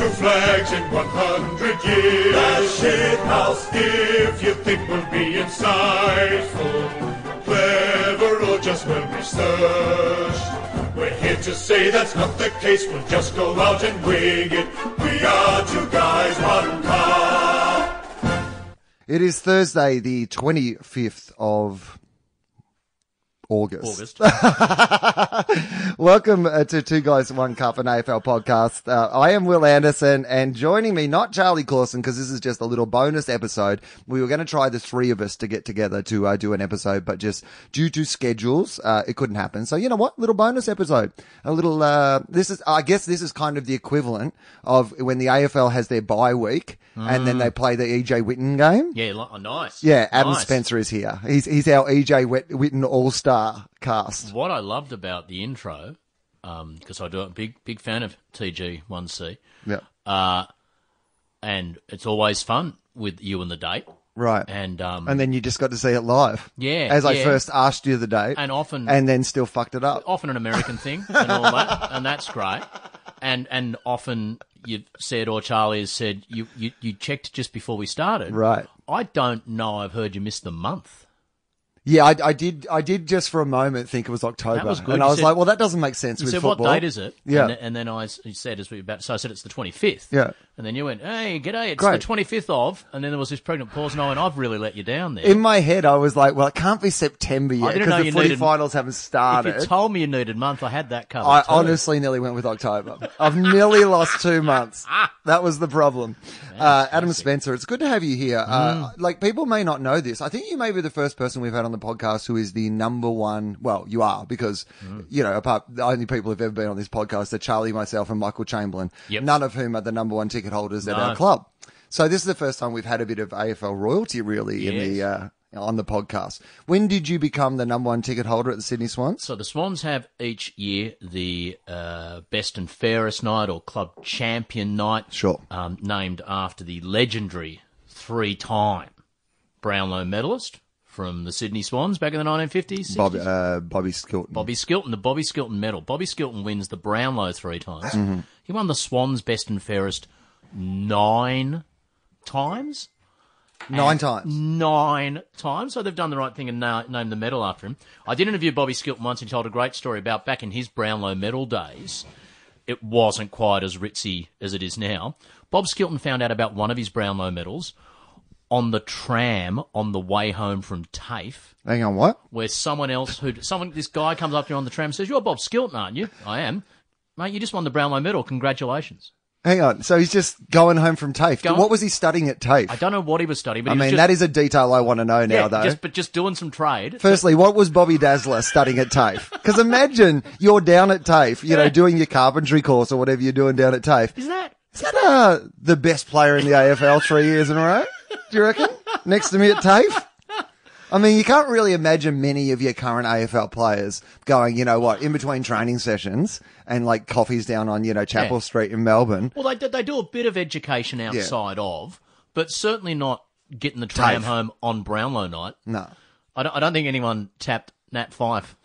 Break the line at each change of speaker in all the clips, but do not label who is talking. Olympics in 100 years. The shit house. If you think we'll be insightful, clever, or just well researched, we're here to say that's not the case. We'll just go out and wing it. We are two guys, one cup.
It is Thursday, the 25th of August.
August.
Welcome uh, to Two Guys, One Cup, an AFL podcast. Uh, I am Will Anderson, and joining me, not Charlie Clausen, because this is just a little bonus episode. We were going to try the three of us to get together to uh, do an episode, but just due to schedules, uh, it couldn't happen. So, you know what? Little bonus episode. A little, uh, this is, I guess this is kind of the equivalent of when the AFL has their bye week and then they play the EJ Witten game.
Yeah, li- oh, nice.
Yeah, Adam
Nice.
Spencer is here. He's he's our EJ Wit- Witten All Star cast.
What I loved about the intro, because I do a big big fan of TG1C,
Yeah,
Uh, and it's always fun with you and the date,
right. And,
and um,
then you just got to see it live.
Yeah,
as I
yeah.
first asked you the date,
and often
and then still fucked it up.
often an American thing and all that, and that's great, and and often you've said or Charlie has said you you, you checked just before we started,
Right.
I don't know. I've heard you missed the month.
Yeah, I, I did. I did just for a moment think it was October,
That was good.
and I
You
was
said-
like, "Well, that doesn't make sense."
You
with
said,
football.
"What date is it?"
Yeah.
and, th- and then I s- you said, "As we were about," so I said, "It's the 25th.
Yeah.
and then you went, "Hey, g'day, it's
Great.
the 25th of," and then there was this pregnant pause, and I went, "I've really let you down there."
In my head, I was like, "Well, it can't be September yet
didn't know
because the
you
footy
needed-
finals haven't
if
started."
you told me you needed month, I had that covered.
I
too.
honestly nearly went with October. I've nearly lost two months.
Ah.
That was the problem. Uh, Adam Spencer, it's good to have you here. Uh,
Mm.
like people may not know this. I think you may be the first person we've had on the podcast who is the number one. Well, you are because
Mm.
you know apart the only people who've ever been on this podcast are Charlie, myself, and Michael Chamberlain.
Yep.
None of whom are the number one ticket holders at
No.
our club. So this is the first time we've had a bit of AFL royalty really in the. Uh, on the podcast. When did you become the number one ticket holder at the Sydney Swans?
So the Swans have each year the uh, best and fairest night or club champion night.
Sure.
Um, named after the legendary three-time Brownlow medalist from the Sydney Swans back in the 1950s.
Bobby, uh, Bobby Skilton.
Bobby Skilton, the Bobby Skilton medal. Bobby Skilton wins the Brownlow three times. He won the Swans best and fairest nine times.
Nine times.
nine times. So they've done the right thing and na- named the medal after him. I did interview Bobby Skilton once and he told a great story about back in his Brownlow medal days. It wasn't quite as ritzy as it is now. Bob Skilton found out about one of his Brownlow medals on the tram on the way home from TAFE
Hang on, what?
where someone else who someone this guy comes up to you on the tram and says, You're Bob Skilton, aren't you? I am. Mate, you just won the Brownlow medal. Congratulations.
Hang on. So he's just going home from TAFE.
Go-
what was he studying at TAFE?
I
I,
don't know what he was studying, but he
mean,
was just,
that is a detail I want to know now,
yeah,
though.
just- but just doing some trade.
Firstly, what was Bobby Dazzler studying at TAFE? Because imagine you're down at TAFE, you know, doing your carpentry course or whatever you're doing down at TAFE.
Is that
Is that uh, the best player in the AFL three years in a row? Do you reckon? Next to me at TAFE? I mean, you can't really imagine many of your current AFL players going, you know what, in between training sessions and like coffees down on, you know, Chapel
Yeah.
Street in Melbourne.
Well, they do, they do a bit of education outside of, but certainly not getting the tram
Tafe.
home on Brownlow night.
No.
I don't, I don't think anyone tapped Nat Fife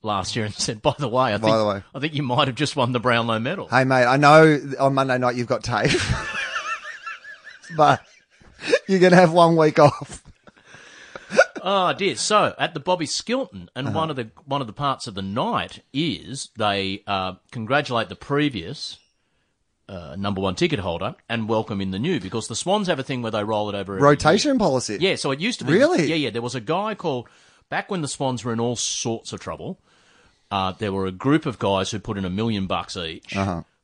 last year and said, "By the way, I
By
think
the way.
I think you might have just won the Brownlow medal."
Hey mate, I know on Monday night you've got tape, but you're gonna have one week off.
Oh dear! So at the Bobby Skilton, and one of the one of the parts of the night is they uh, congratulate the previous uh, number one ticket holder and welcome in the new because the Swans have a thing where they roll it over every
Rotation policy.
Yeah, so it used to be.
Really?
Yeah, yeah. There was a guy called back when the Swans were in all sorts of trouble. Uh, there were a group of guys who put in a million bucks each.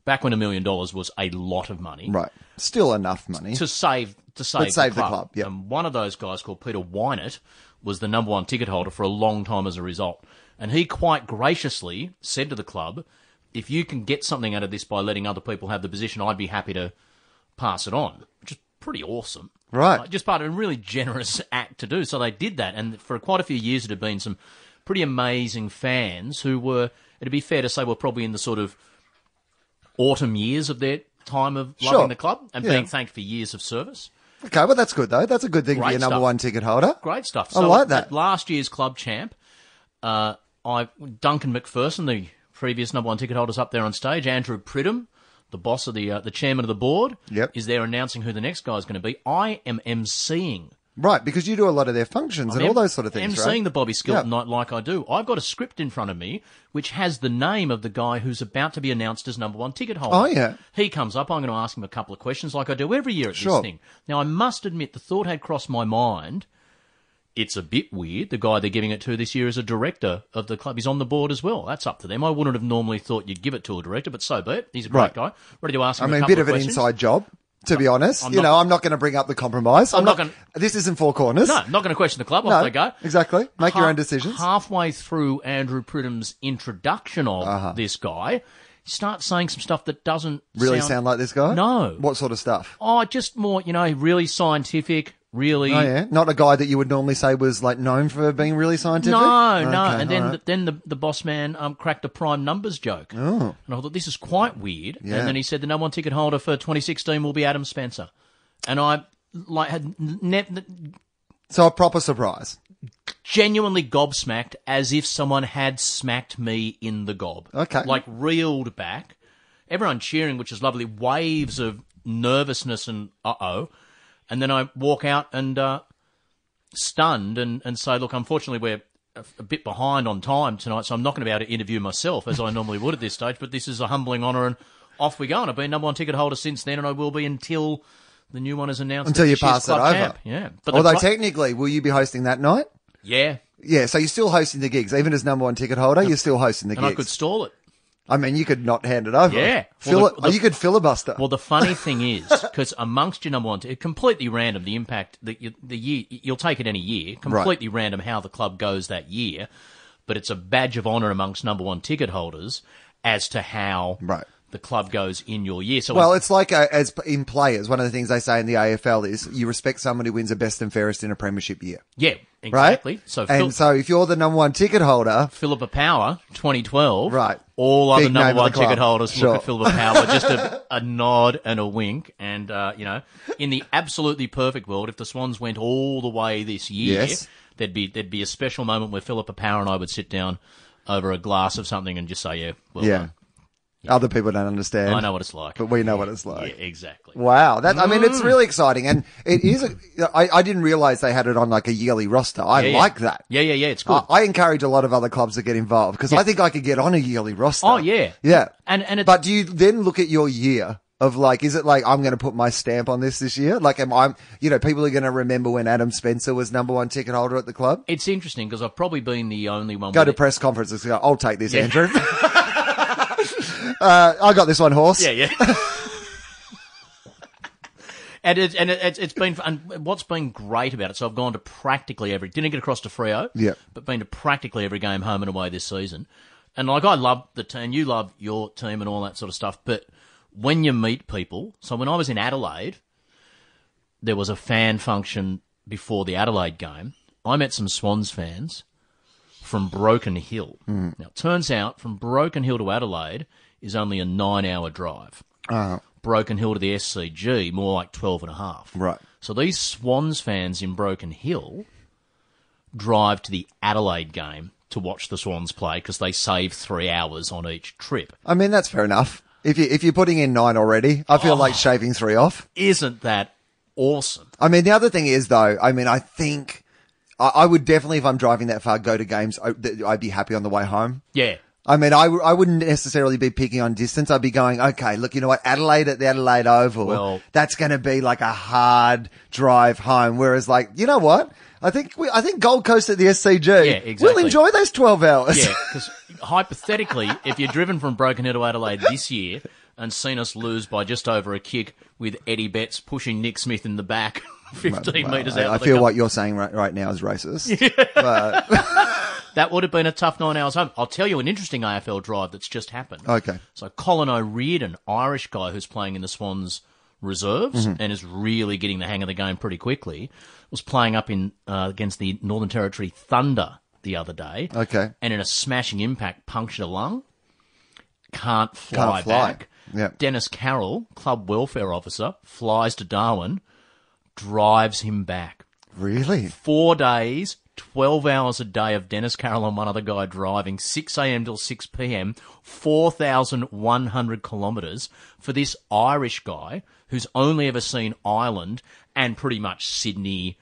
Back when a million dollars was a lot of money
Right. Still enough money.
to save to save,
save the
the club.
club, yeah.
And one of those guys called Peter Wynett was the number one ticket holder for a long time as a result. And he quite graciously said to the club, "If you can get something out of this by letting other people have the position, I'd be happy to pass it on." Which is pretty awesome,
Right.
Like, just part of a really generous act to do. So they did that, and for quite a few years, it had been some pretty amazing fans who were. It'd be fair to say were probably in the sort of autumn years of their time of
Sure.
loving the club and
Yeah.
being thanked for years of service.
Okay, well that's good though. That's a good thing for
Great
your number
stuff.
one ticket holder.
Great stuff.
I like that.
at Last year's club champ, uh, I Duncan McPherson, the previous number one ticket holder's up there on stage. Andrew Pridham, the boss of the uh, the chairman of the board,
Yep.
is there announcing who the next guy is going to be. I am emceeing.
Right, because you do a lot of their functions and all those sort of things,
emceeing
right?
the Bobby Skilton
Yeah.
night like I do. I've got a script in front of me which has the name of the guy who's about to be announced as number one ticket holder.
Oh, yeah.
He comes up. I'm going to ask him a couple of questions like I do every year at
Sure.
this thing. Now I must admit the thought had crossed my mind. It's a bit weird. The guy they're giving it to this year is a director of the club. He's on the board as well. That's up to them. I wouldn't have normally thought you'd give it to a director, but so be it. He's a great
Right.
guy. Ready to ask
I
him
mean,
a
a
couple
bit of an
questions.
inside job, to be honest. you
not-
know, I'm not going to bring up the compromise. I'm,
not
not,
gonna-
This isn't four corners.
No, not going to question the club.
No,
Off they go.
exactly. Make your
Ha-
own decisions.
Halfway through Andrew Pridham's introduction of
Uh-huh.
this guy, he starts saying some stuff that doesn't
really sound, like this guy?
No.
What sort of stuff?
Oh, just more, you know, really scientific, really.
Oh, yeah. Not a guy that you would normally say was like known for being really scientific.
No, no.
Okay,
And then,
all
the,
right.
then the, the boss man um, cracked a prime numbers joke. Oh. And I thought, this is quite weird.
Yeah.
And then he said the number one ticket holder for 2016 will be Adam Spencer. And I like had ne-
so a proper surprise.
genuinely gobsmacked as if someone had smacked me in the gob.
Okay.
Like reeled back. Everyone cheering, which is lovely. Waves of nervousness and uh oh. And then I walk out and uh, stunned and, and say, look, unfortunately, we're a, a bit behind on time tonight, so I'm not going to be able to interview myself as I normally would at this stage, but this is a humbling honour and off we go. And I've been number one ticket holder since then, and I will be until the new one is announced.
Until
at
you
this year's
pass it
club
over.
champ. Yeah. But the
Although
pri-
technically, will you be hosting that night?
yeah.
Yeah, so you're still hosting the gigs, even as number one ticket holder. You're still hosting the
And I
gigs.
could stall it.
I mean, you could not hand it over.
Yeah.
Fili-
Well, the-
oh,
the-
you could filibuster.
Well, the funny thing is, because amongst your number one, it completely random the impact that you, the year you'll take it any year, completely random how the club goes that year, but it's a badge of honour amongst number one ticket holders as to how
Right.
the club goes in your year. So
Well, it's like uh as p- in players, one of the things they say in the AFL is you respect someone who wins a best and fairest in a premiership year,
yeah,
right?
exactly. So
and
Phil,
so if you're the number one ticket holder,
Philippa Power, 2012,
Right.
All other
Big name of
number
the
one ticket
club.
holders
Sure.
look at Philippa Power, just a, a nod and a wink, and uh, you know, in the absolutely perfect world, if the Swans went all the way this year,
Yes.
there'd be there'd be a special moment where Philippa Power and I would sit down over a glass of something and just say, yeah, well
yeah,
done.
other people don't understand.
I know what it's like.
but we know what it's like.
Yeah, exactly.
Wow, that I mean,
Mm.
it's really exciting, and it is. A, I, I didn't realize they had it on like a yearly roster. I
Yeah, yeah.
like that.
Yeah, yeah, yeah. It's good.
I, I encourage a lot of other clubs to get involved because I think I could get on a yearly roster.
Oh, yeah.
yeah.
and and it's,
But do you then look at your year of like, is it like I'm going to put my stamp on this this year? Like, am I? You know, people are going to remember when Adam Spencer was number one ticket holder at the club.
it's interesting because I've probably been the only one.
Go
with
to
it.
press conferences. Go, I'll take this, Andrew. uh, I got this one horse.
Yeah, yeah. and it's and it's it's been and what's been great about it. So I've gone to practically every. Didn't get across to Freo.
Yeah.
But been to practically every game home and away this season. And like I love the team, you love your team and all that sort of stuff. But when you meet people, so when I was in Adelaide, there was a fan function before the Adelaide game. I met some Swans fans from Broken Hill. Now, it turns out from Broken Hill to Adelaide is only a nine hour drive. Broken Hill to the SCG, more like 12 and a half.
Right.
So these Swans fans in Broken Hill drive to the Adelaide game to watch the Swans play because they save three hours on each trip.
I mean, that's fair enough. If you if you're putting in nine already, I feel
Oh.
like shaving three off.
Isn't that awesome?
I mean, the other thing is though. I mean, I think I, I would definitely, if I'm driving that far, go to games. I, that I'd be happy on the way home.
Yeah.
I mean, I, w- I wouldn't necessarily be picking on distance. I'd be going, okay, look, you know what? Adelaide at the Adelaide Oval.
Well-
that's going to be like a hard drive home. Whereas like, you know what? I think we, I think Gold Coast at the SCG. We'll
exactly.
enjoy those 12 hours.
Yeah, because hypothetically, if you're driven from Broken Hill to Adelaide this year and seen us lose by just over a kick with Eddie Betts pushing Nick Smith in the back 15
Well,
metres
I,
out
I
of the
feel
goal,
what you're saying right, right now is racist.
that would have been a tough nine hours home. I'll tell you an interesting AFL drive that's just happened.
Okay.
So Colin O'Riordan, Irish guy who's playing in the Swans reserves
Mm-hmm.
and is really getting the hang of the game pretty quickly, was playing up in uh, against the Northern Territory Thunder the other day.
Okay.
And in a smashing impact, punctured a lung. Can't fly,
Can't fly.
back.
Yeah.
Dennis Carroll, club welfare officer, flies to Darwin, drives him back
Really?
four days, 12 hours a day of Dennis Carroll and one other guy driving 6 a.m. till 6 p.m., 4,100 kilometres for this Irish guy who's only ever seen Ireland and pretty much Sydney,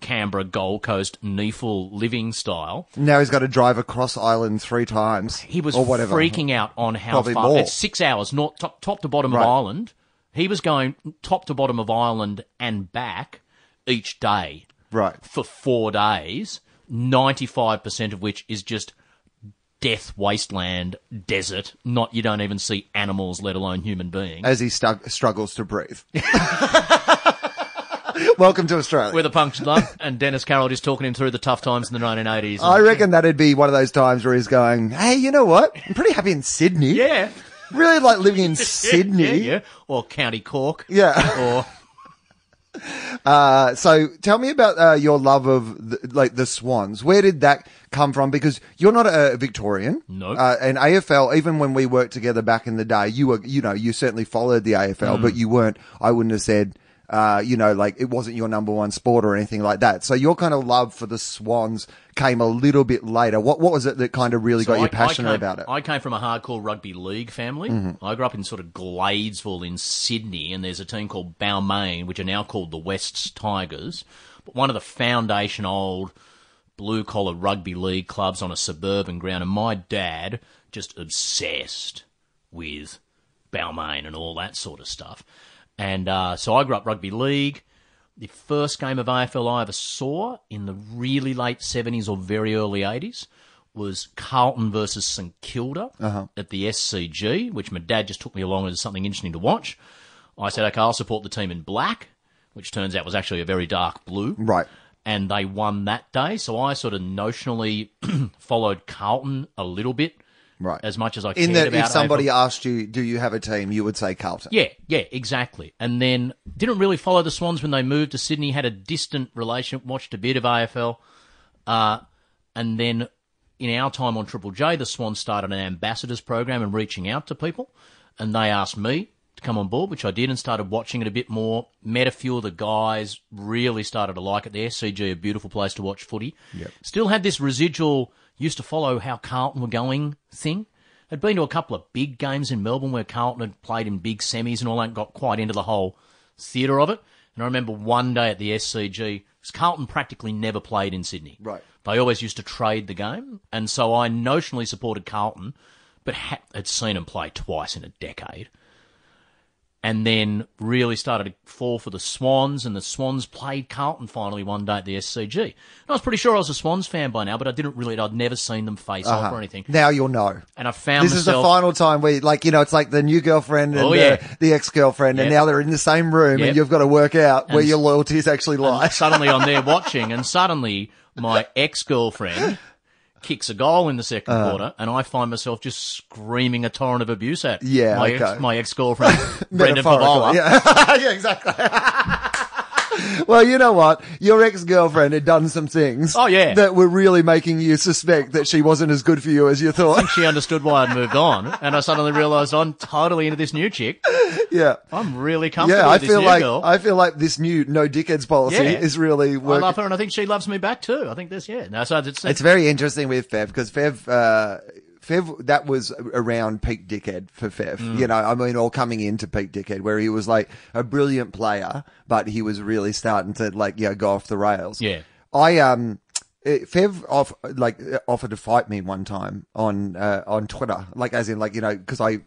Canberra, Gold Coast, Neefle living style.
Now he's got to drive across Ireland three times.
He was
or whatever.
freaking out on how
Probably
far.
more.
It's six hours, not top, top to bottom
Right.
of Ireland. He was going top to bottom of Ireland and back each day
Right.
for four days, 95% of which is just death wasteland, desert. Not you don't even see animals, let alone human beings.
As he stug struggles to breathe. Welcome to Australia.
We're the Punks Love, and Dennis Carroll just talking him through the tough times in the 1980s. And-
I reckon that'd be one of those times where he's going, Hey, you know what? I'm pretty happy in Sydney.
yeah.
Really like living in Sydney.
Yeah, yeah. Or County Cork.
Yeah.
Or
Uh, so tell me about uh, your love of the, like the Swans. Where did that come from? Because you're not a Victorian.
No.
Uh, and AFL, even when we worked together back in the day, you were, you know, you certainly followed the AFL,
Mm.
but you weren't, I wouldn't have said, uh, you know, like it wasn't your number one sport or anything like that. So your kind of love for the Swans came a little bit later. What, what was it that kind of really got
I-
you
I
passionate
came-
about it? Mm-hmm.
I came from a hardcore rugby league family. I grew up in sort of Gladesville in Sydney, and there's a team called Balmain, which are now called the Wests Tigers. But one of the foundation old blue collar rugby league clubs on a suburban ground, and my dad just obsessed with Balmain and all that sort of stuff. And uh, so I grew up rugby league. The first game of AFL I ever saw in the really late 70s or very early 80s was Carlton versus St Kilda
Uh-huh.
at the SCG, which my dad just took me along as something interesting to watch. I said, okay, I'll support the team in black, which turns out was actually a very dark blue
right.
and they won that day. So I sort of notionally followed Carlton a little bit,
Right.
as much as I
in
cared
that,
about
if somebody
AFL.
asked you, do you have a team? You would say Carlton.
Yeah, yeah, exactly. And then didn't really follow the Swans when they moved to Sydney. Had a distant relation, watched a bit of AFL, uh, and then in our time on Triple J, the Swans started an ambassadors program and reaching out to people, and they asked me to come on board, which I did, and started watching it a bit more. Met a few of the guys, really started to like it. The SCG, a beautiful place to watch footy. Still had this residual used to follow how Carlton were going thing. Had been to a couple of big games in Melbourne where Carlton had played in big semis and all that, and got quite into the whole theatre of it. And I remember one day at the SCG, 'cause Carlton practically never played in Sydney.
Right.
They always used to trade the game, and so I notionally supported Carlton, but ha- had seen them play twice in a decade. And then really started to fall for the Swans, and the Swans played Carlton finally one day at the SCG. And I was pretty sure I was a Swans fan by now, but I didn't really, I'd never seen them face off or anything.
Now you'll know.
And I found
Uh-huh. This is the
myself-
final time where, like, you know, it's like the new girlfriend and
Oh,
the,
yeah.
the ex-girlfriend, and
Yep.
now they're in the same room,
Yep.
and you've got to work out where
And-
your loyalties actually lie.
And suddenly I'm there watching, and suddenly my ex girlfriend kicks a goal in the second
Uh.
quarter, and I find myself just screaming a torrent of abuse at
Yeah,
my
okay.
ex my ex girlfriend Brendan Favola.
Metaphorically, yeah. yeah, exactly. well, you know what? Your ex-girlfriend had done some things.
Oh, yeah.
That were really making you suspect that she wasn't as good for you as you thought.
She understood why I'd moved on, and I suddenly realised I'm totally into this new chick.
yeah.
I'm really comfortable
Yeah, I
with this
feel
new
like,
girl.
I feel like this new no dickheads policy
Yeah.
is really
I
working.
love her, and I think she loves me back too. I think that's yeah. No, so it's,
It's very interesting with Fev because Fev, uh, Fev, that was around peak dickhead for Fev.
Mm.
You know, I mean, all coming into peak dickhead where he was like a brilliant player, but he was really starting to like, you know, go off the rails.
Yeah.
I, um, eh, Fev off like eh, offered to fight me one time on uh, on Twitter, like as in like you know because I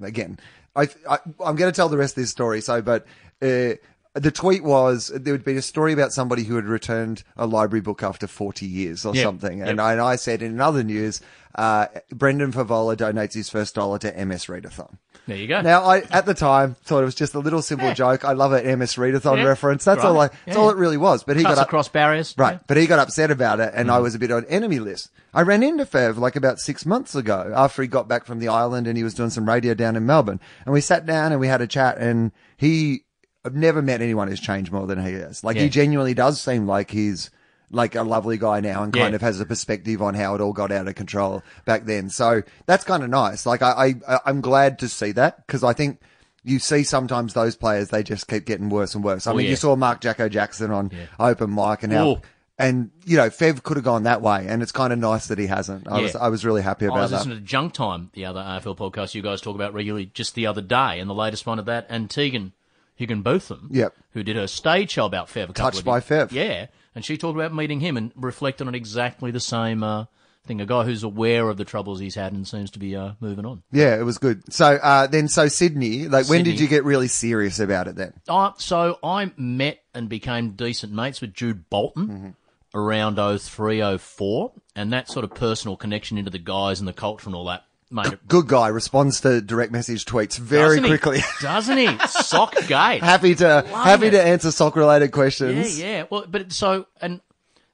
again I, I I'm going to tell the rest of this story. So, but uh, the tweet was there would be a story about somebody who had returned a library book after 40 years or
Yeah.
something,
Yeah.
and I, and I said in other news, uh, Brendan Favola donates his first dollar to MS Readathon.
there you go.
Now, I at the time thought it was just a little simple
Yeah.
joke. I love an MS Readathon
Yeah.
reference. That's
Right.
all. I, that's
Yeah.
all it really was. But he
Cuts
got up,
across barriers.
Right. But he got upset about it and I
Mm-hmm.
was a bit on enemy list. I ran into Fev like about six months ago after he got back from the island and he was doing some radio down in Melbourne. And we sat down and we had a chat and he, I've never met anyone who's changed more than he is. Like he
Yeah.
genuinely does seem like he's like a lovely guy now and kind
Yeah.
of has a perspective on how it all got out of control back then. So that's kind of nice. Like I, I, I'm glad to see that because I think you see sometimes those players, they just keep getting worse and worse. I mean,
Oh, yeah.
you saw Mark Jacko Jackson on open mic and how
Ooh.
And you know, Fev could have gone that way, and it's kind of nice that he hasn't. I
Yeah. Oh,
was I was really happy
I
about
was
that.
listening to Junk Time, the other AFL podcast you guys talk about regularly, just the other day, and the latest one of that, and Tegan Higginbotham,
Yep.
who did her stage show about Fev. A couple
Touched
of
by
years-
Fev.
Yeah, and she talked about meeting him and reflected on exactly the same uh, thing. A guy who's aware of the troubles he's had and seems to be uh, moving on.
Yeah, it was good. So uh, then, so Sydney, like, when did
Sydney.
you get really serious about it then?
Uh, so I met and became decent mates with Jude
Mm-hmm.
Bolton around 03, 04, and that sort of personal connection into the guys and the culture and all that made it
Good guy responds to direct message tweets very
Doesn't he?
quickly.
Doesn't he? Sock gate.
happy to happy
it.
to answer sock related
Yeah,
questions.
yeah. Well, but it- so and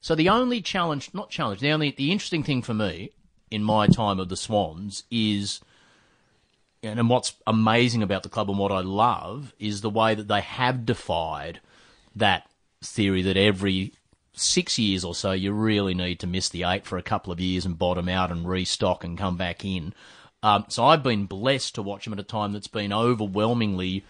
so the only challenge, not challenge, the only the interesting thing for me in my time of the Swans is, and, and what's amazing about the club and what I love is the way that they have defied that theory that every six years or so you really need to miss the eight for a couple of years and bottom out and restock and come back in. Um, so I've been blessed to watch them at a time that's been overwhelmingly,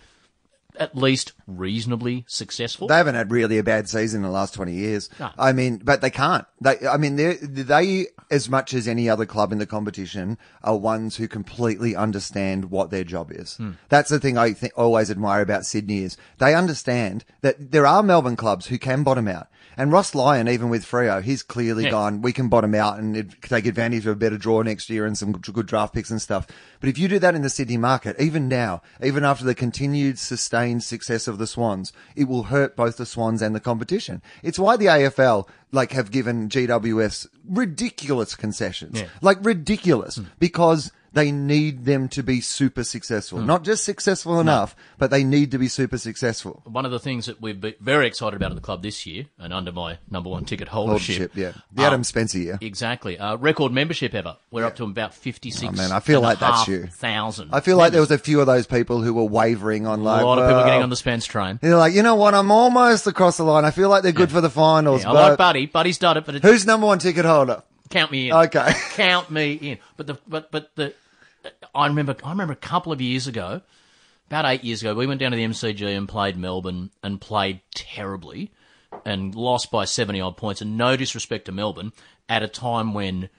at least reasonably successful.
They haven't had really a bad season in the last 20 years.
No.
I mean, but they can't. They, I mean, they, they, as much as any other club in the competition, are ones who completely understand what their job is.
Hmm.
That's the thing I th- always admire about Sydney is they understand that there are Melbourne clubs who can bottom out. And Ross Lyon, even with Freo, he's clearly
Yeah.
gone, we can bottom out and it- take advantage of a better draw next year and some good good draft picks and stuff. But if you do that in the Sydney market, even now, even after the continued sustained success of the Swans, it will hurt both the Swans and the competition. It's why the AFL like have given GWS ridiculous concessions,
Yeah.
like ridiculous because they need them to be super successful, not just successful enough, but they need to be super successful.
one of the things that we've been very excited about at the club this year, and under my number one ticket holdership,
Ownership, yeah. The Adam Spencer year.
exactly, uh, record membership ever. We're up to about fifty
Oh,
six.
man, I feel like that's you.
Thousand.
I feel like there was a few of those people who were wavering on
a
like uh,
lot of people getting
well,
on the Spence train.
They're like, you know what? I'm almost across the line. I feel like they're good for the finals.
I
but
like Buddy. Buddy's done it, but it,
who's number one ticket holder?
count me in.
Okay.
count me in. But the but but the I remember I remember a couple of years ago, about eight years ago, we went down to the MCG and played Melbourne and played terribly, and lost by seventy odd points. And no disrespect to Melbourne, at a time when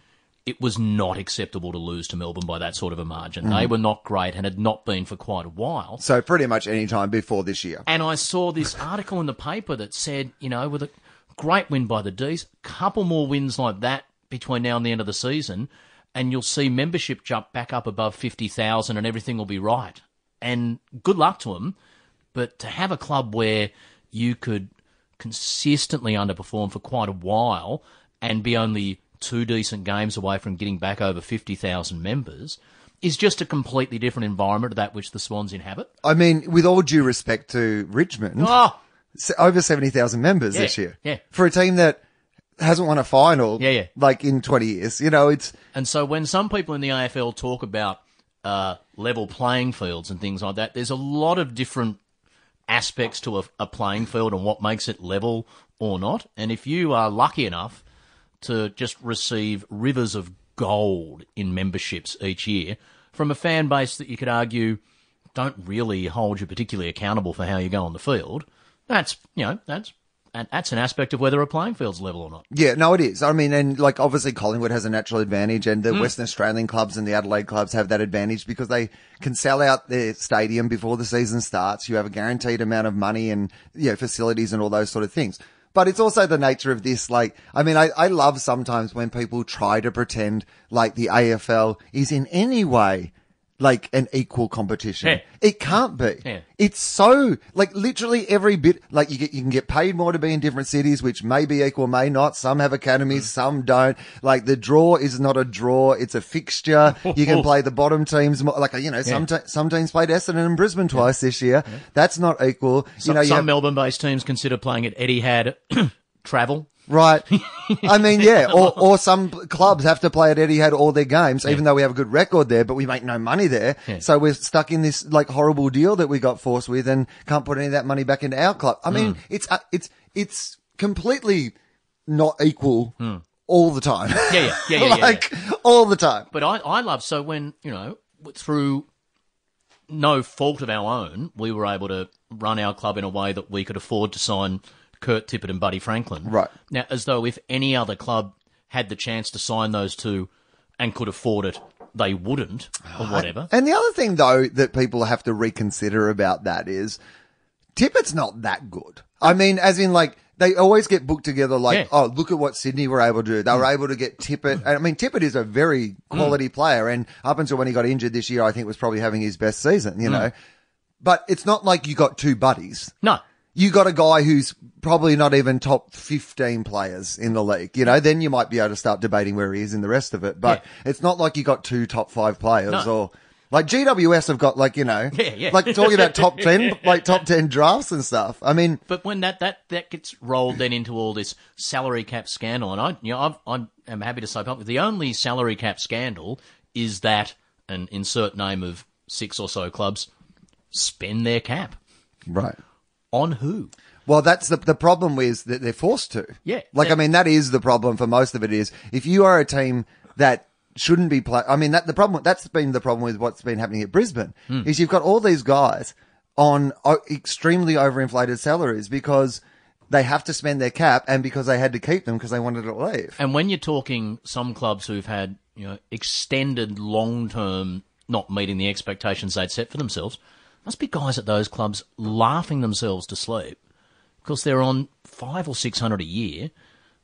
it was not acceptable to lose to Melbourne by that sort of a margin. They were not great and had not been for quite a while.
So pretty much any time before this year.
And I saw this article in the paper that said, you know, with a great win by the D's, couple more wins like that between now and the end of the season, and you'll see membership jump back up above 50,000 and everything will be right. And good luck to them. But to have a club where you could consistently underperform for quite a while and be only two decent games away from getting back over 50,000 members is just a completely different environment to that which the Swans inhabit.
I mean, with all due respect to Richmond,
Oh!
s- over 70,000 members
Yeah,
this year.
yeah.
For a team that hasn't won a final
Yeah, yeah.
like in 20 years. You know, it's,
And so when some people in the AFL talk about uh, level playing fields and things like that, there's a lot of different aspects to a, a playing field and what makes it level or not. And if you are lucky enough to just receive rivers of gold in memberships each year from a fan base that you could argue don't really hold you particularly accountable for how you go on the field, that's you know that's and that's an aspect of whether a playing field's level or not.
Yeah, no, it is. I mean, and like obviously Collingwood has a natural advantage and the Western Australian clubs and the Adelaide clubs have that advantage because they can sell out their stadium before the season starts. You have a guaranteed amount of money and, you know, facilities and all those sort of things. But it's also the nature of this. Like, I mean, I, I love sometimes when people try to pretend like the AFL is in any way like an equal competition.
Yeah.
It can't be.
Yeah.
It's so like literally every bit like you get you can get paid more to be in different cities, which may be equal, may not. Some have academies,
Mm.
some don't. Like the draw is not a draw; it's a fixture. you can play the bottom teams, more, like you know some te- some teams played Essendon and Brisbane twice this year. That's not equal. you
Some,
know, you
some
have-
Melbourne-based teams consider playing at Etihad travel.
Right. I mean, yeah. Or, or some p- clubs have to play at Etihad all their games, even though we have a good record there, but we make no money there. So we're stuck in this like horrible deal that we got forced with and can't put any of that money back into our club. I
Mm.
mean, it's, uh, it's, it's completely not equal all the time.
Yeah, yeah, Hmm. yeah, yeah, yeah, yeah.
like all the time.
But I, I love so when you know through no fault of our own, we were able to run our club in a way that we could afford to sign Kurt Tippett and Buddy Franklin.
Right.
Now, as though if any other club had the chance to sign those two and could afford it, they wouldn't, or whatever.
And the other thing, though, that people have to reconsider about that is Tippett's not that good. I mean, as in, like, they always get booked together, like,
Yeah. Mm.
oh, look at what Sydney were able to do. They were able to get Tippett. And, I mean, Tippett is a very quality player. And up until when he got injured this year, I think was probably having his best season,
Mm.
you know. But it's not like you got two buddies.
No.
You got a guy who's probably not even top 15 players in the league, you know, then you might be able to start debating where he is in the rest of it. But it's not like you got two top five players
No.
or like GWS have got like, you know,
Yeah, yeah.
like talking about top 10, like top 10 drafts and stuff. I mean,
But when that, that, that gets rolled then into all this salary cap scandal, and I you know I've, I'm, I'm happy to say publicly the only salary cap scandal is that an insert name of six or so clubs spend their cap
right.
on who?
Well, that's the the problem is that they're forced to.
Yeah.
Like I mean, that is the problem for most of it. Is if you are a team that shouldn't be play. I mean, that the problem that's been the problem with what's been happening at Brisbane
Hmm.
is you've got all these guys on o- extremely overinflated salaries because they have to spend their cap and because they had to keep them because they wanted to leave.
And when you're talking some clubs who've had, you know, extended long term not meeting the expectations they'd set for themselves, must be guys at those clubs laughing themselves to sleep because they're on five or six hundred a year.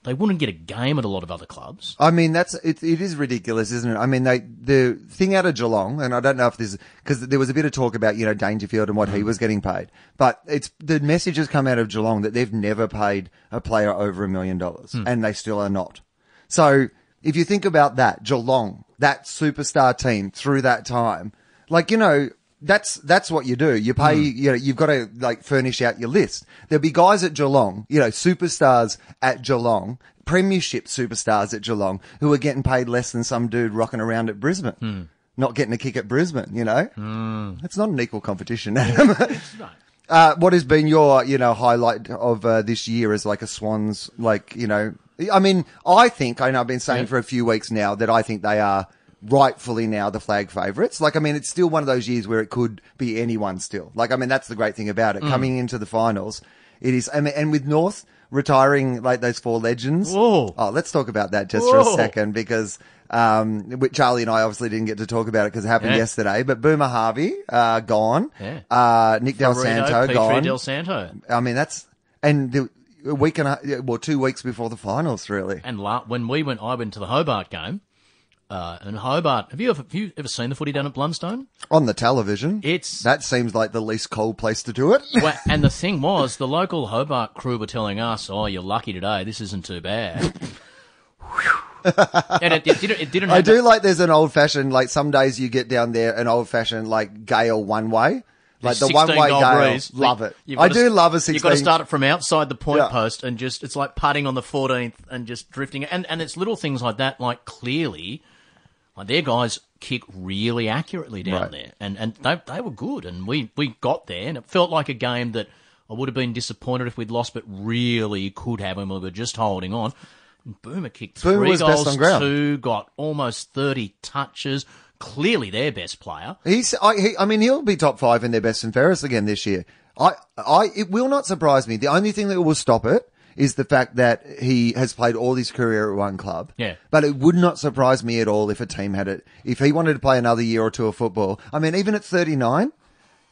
They wouldn't get a game at a lot of other clubs.
I mean, that's it. It is ridiculous, isn't it? I mean, they the thing out of Geelong, and I don't know if this because there was a bit of talk about you know Dangerfield and what he was getting paid, but it's the message has come out of Geelong that they've never paid a player over a million dollars, and they still are not. So if you think about that, Geelong, that superstar team through that time, like you know. That's that's what you do. You pay. You know, you've got to like furnish out your list. There'll be guys at Geelong, you know, superstars at Geelong premiership superstars at Geelong who are getting paid less than some dude rocking around at Brisbane. Not getting a kick at Brisbane, you know? It's not an equal competition, Adam. uh, what has been your, you know, highlight of uh, this year as like a Swans, like, you know, I mean, I think, I know I've been saying for a few weeks now that I think they are rightfully now the flag favourites. Like, I mean, it's still one of those years where it could be anyone still. Like, I mean, that's the great thing about it.
Mm.
Coming into the finals, it is, I mean, and with North retiring like those four legends.
Whoa.
Oh, let's talk about that just for a
Whoa.
second because um, we- Charlie and I obviously didn't get to talk about it because it happened
Yeah.
yesterday. But Boomer Harvey uh, gone,
Yeah.
uh, Nick Del
Marino,
Santo
Petrie,
gone.
Del Santo.
I mean, that's and the a week and a, yeah, well, two weeks before the finals, really.
And la- when we went, I went to the Hobart game. Uh, and Hobart, have you, ever, have you ever seen the footy down at Blumstone?
On the television,
It's-
that seems like the least cold place to do it.
Well, and the thing was, the local Hobart crew were telling us, "Oh, you're lucky today. This isn't too bad." Whew. and it, it didn't. It didn't.
I
Have
do like there's an old fashioned like some days you get down there an old fashioned like gale one way. Like the
16
one way
goal
gale,
breeze.
love
Like,
it.
you've
I
gotta-
do love a sixteen.
You've got to start it from outside the point
Yeah.
post and just it's like putting on the 14th and just drifting. And and it's little things like that. Like clearly, like their guys kick really accurately down
Right.
there, and and they they were good. And we we got there, and it felt like a game that I would have been disappointed if we'd lost, but really could have, and we were just holding on. And Boomer kicked
Boomer
three
was best
goals,
on ground.
two got almost 30 touches. Clearly, their best player.
He's, I, he, I mean, he'll be top five in their best and fairest again this year. I, I, it will not surprise me. The only thing that will stop it is the fact that he has played all his career at one club.
Yeah.
But it would not surprise me at all if a team had it. If he wanted to play another year or two of football, I mean, even at 39,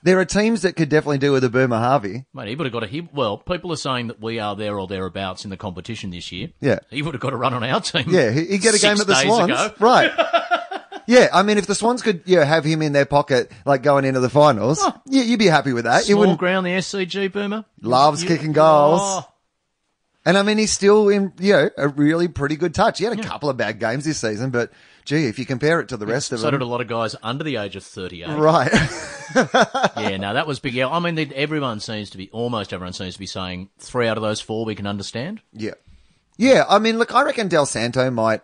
there are teams that could definitely do with a Boomer Harvey.
Mate, he would have got a he. Well, people are saying that we are there or thereabouts in the competition this year.
Yeah.
he would have got a run on our team.
Yeah, he, he'd get a
six
game at the
days
Swans.
ago.
Right. Yeah, I mean, if the Swans could, you know, have him in their pocket, like going into the finals,
Oh.
yeah, you'd be happy with that. you
Small
wouldn't
ground, the SCG boomer
Loves
You-
kicking goals.
Oh,
And I mean, he's still in, you know, a really pretty good touch. He had a couple of bad games this season, but gee, if you compare it to the rest of
so
them,
did a lot of guys under the age of thirty-eight.
right?
Yeah, no, that was big. Yeah, I mean, they- everyone seems to be almost everyone seems to be saying three out of those four we can understand.
yeah, yeah. I mean, look, I reckon Del Santo might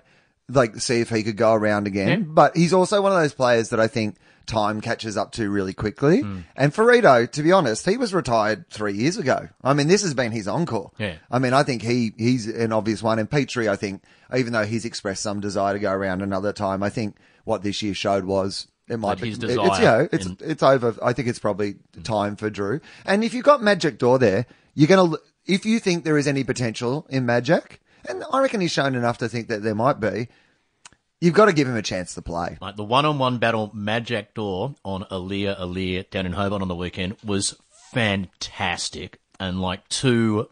like see if he could go around again,
Yeah.
but he's also one of those players that I think time catches up to really quickly.
Hmm.
And Ferrito, to be honest, he was retired three years ago. I mean, this has been his encore.
Yeah.
I mean, I think he he's an obvious one, and Petrie, I think, even though he's expressed some desire to go around another time, I think what this year showed was it might
That
be
his
it- It's,
desire Mm.
you know, it's
and-
it's over. I think it's probably time for Drew. And if you've got Magic Door there, you're gonna l- if you think there is any potential in Magic, and I reckon he's shown enough to think that there might be, you've got to give him a chance to play.
Like the one-on-one battle Magic Door on Alia Alia down in Hobart on the weekend was fantastic, and like two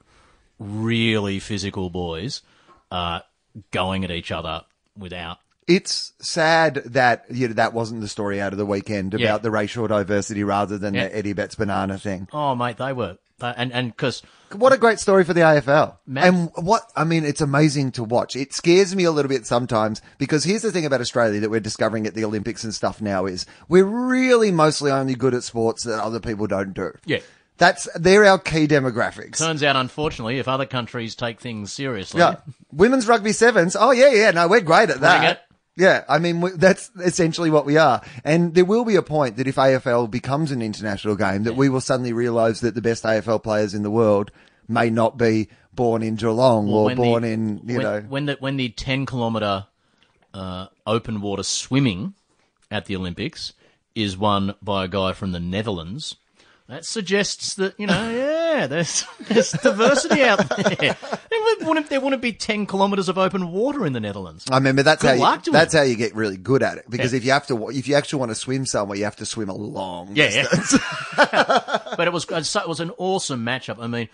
really physical boys uh, going at each other without.
It's sad that you know, that wasn't the story out of the weekend about
Yeah.
the racial diversity rather than
Yeah.
the Eddie Betts banana thing.
Oh, mate, they were, they, and and because
What a great story for the AFL.
Matt-
and what, I mean, it's amazing to watch. It scares me a little bit sometimes because here's the thing about Australia that we're discovering at the Olympics and stuff now is we're really mostly only good at sports that other people don't do.
Yeah.
That's, they're our key demographics.
turns out, unfortunately, if other countries take things seriously,
Yeah. Women's rugby sevens. Oh, yeah, yeah. No, we're great at that.
it.
Yeah. I mean, we, that's essentially what we are. And there will be a point that if AFL becomes an international game, that we will suddenly realize that the best AFL players in the world may not be born in Geelong or
the-
born in, you
when,
know.
when the when the ten kilometer uh, open water swimming at the Olympics is won by a guy from the Netherlands. That suggests that you know, yeah, there's there's diversity out there. There wouldn't, there wouldn't be ten kilometers of open water in the Netherlands.
I remember that's
Good
how
luck
you,
to
that's how you get really good at it because
Yeah.
if you have to if you actually want to swim somewhere you have to swim a long
Yeah,
distance.
yeah. but it was it was an awesome matchup. I mean,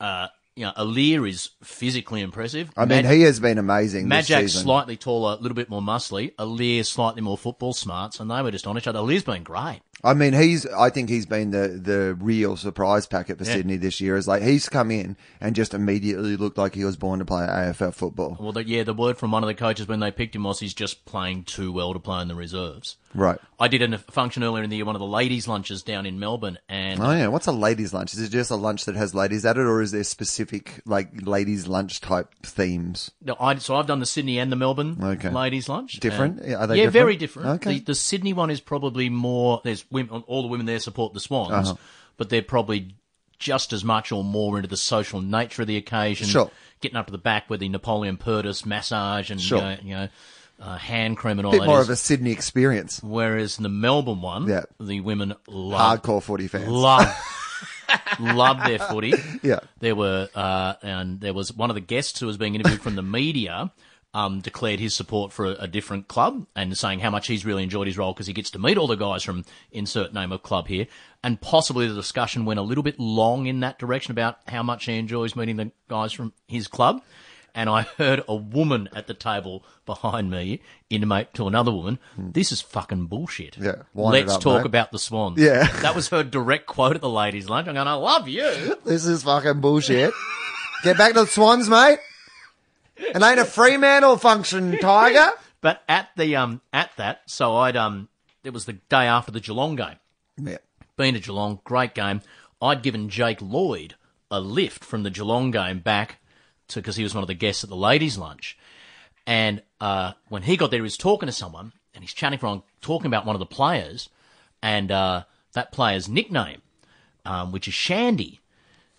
uh, you know, Alir is physically impressive.
I mean he has been amazing this
Majak
season.
slightly taller, a little bit more muscly. Alir slightly more football smarts, and they were just on each other. Alir's been great.
I mean, he's. I think he's been the the real surprise packet for Sydney this year. Is like he's come in and just immediately looked like he was born to play AFL football.
Well, the, yeah, the word from one of the coaches when they picked him was he's just playing too well to play in the reserves.
Right.
I did a function earlier in the year, one of the ladies' lunches down in Melbourne, and
Oh yeah. What's a ladies' lunch? Is it just a lunch that has ladies at it, or is there specific like ladies' lunch type themes?
No, I, so I've done the Sydney and the Melbourne
Okay.
ladies' lunch.
Different?
And-
Are they
yeah,
different?
very different.
Okay.
The, the Sydney one is probably more. There's women, all the women there support the Swans,
Uh-huh.
but they're probably just as much or more into the social nature of the occasion.
Sure.
Getting up to the back with the Napoleon Purtis massage and
Sure.
you know, you know, uh, hand cream and all
bit
that.
more
is.
of a Sydney experience.
Whereas in the Melbourne one,
Yeah.
the women love
Hardcore footy fans.
love love their footy.
Yeah.
There were uh, and there was one of the guests who was being interviewed from the media um, declared his support for a, a different club and saying how much he's really enjoyed his role because he gets to meet all the guys from insert name of club here. And possibly the discussion went a little bit long in that direction about how much he enjoys meeting the guys from his club. And I heard a woman at the table behind me intimate to another woman, "This is fucking bullshit.
Hmm. Yeah, wind it
let's
up,
talk
mate."
about the Swans."
Yeah.
That was her direct quote at the ladies' lunch. I'm going, I love you.
This is fucking bullshit. Get back to the Swans, mate. And ain't a Fremantle function, Tiger.
But at the um at that, so I'd um it was the day after the Geelong game.
Yeah.
Been to Geelong, great game. I'd given Jake Lloyd a lift from the Geelong game back to because he was one of the guests at the ladies' lunch. And uh, when he got there, he was talking to someone and he's chatting from talking about one of the players and uh, that player's nickname, um, which is Shandy.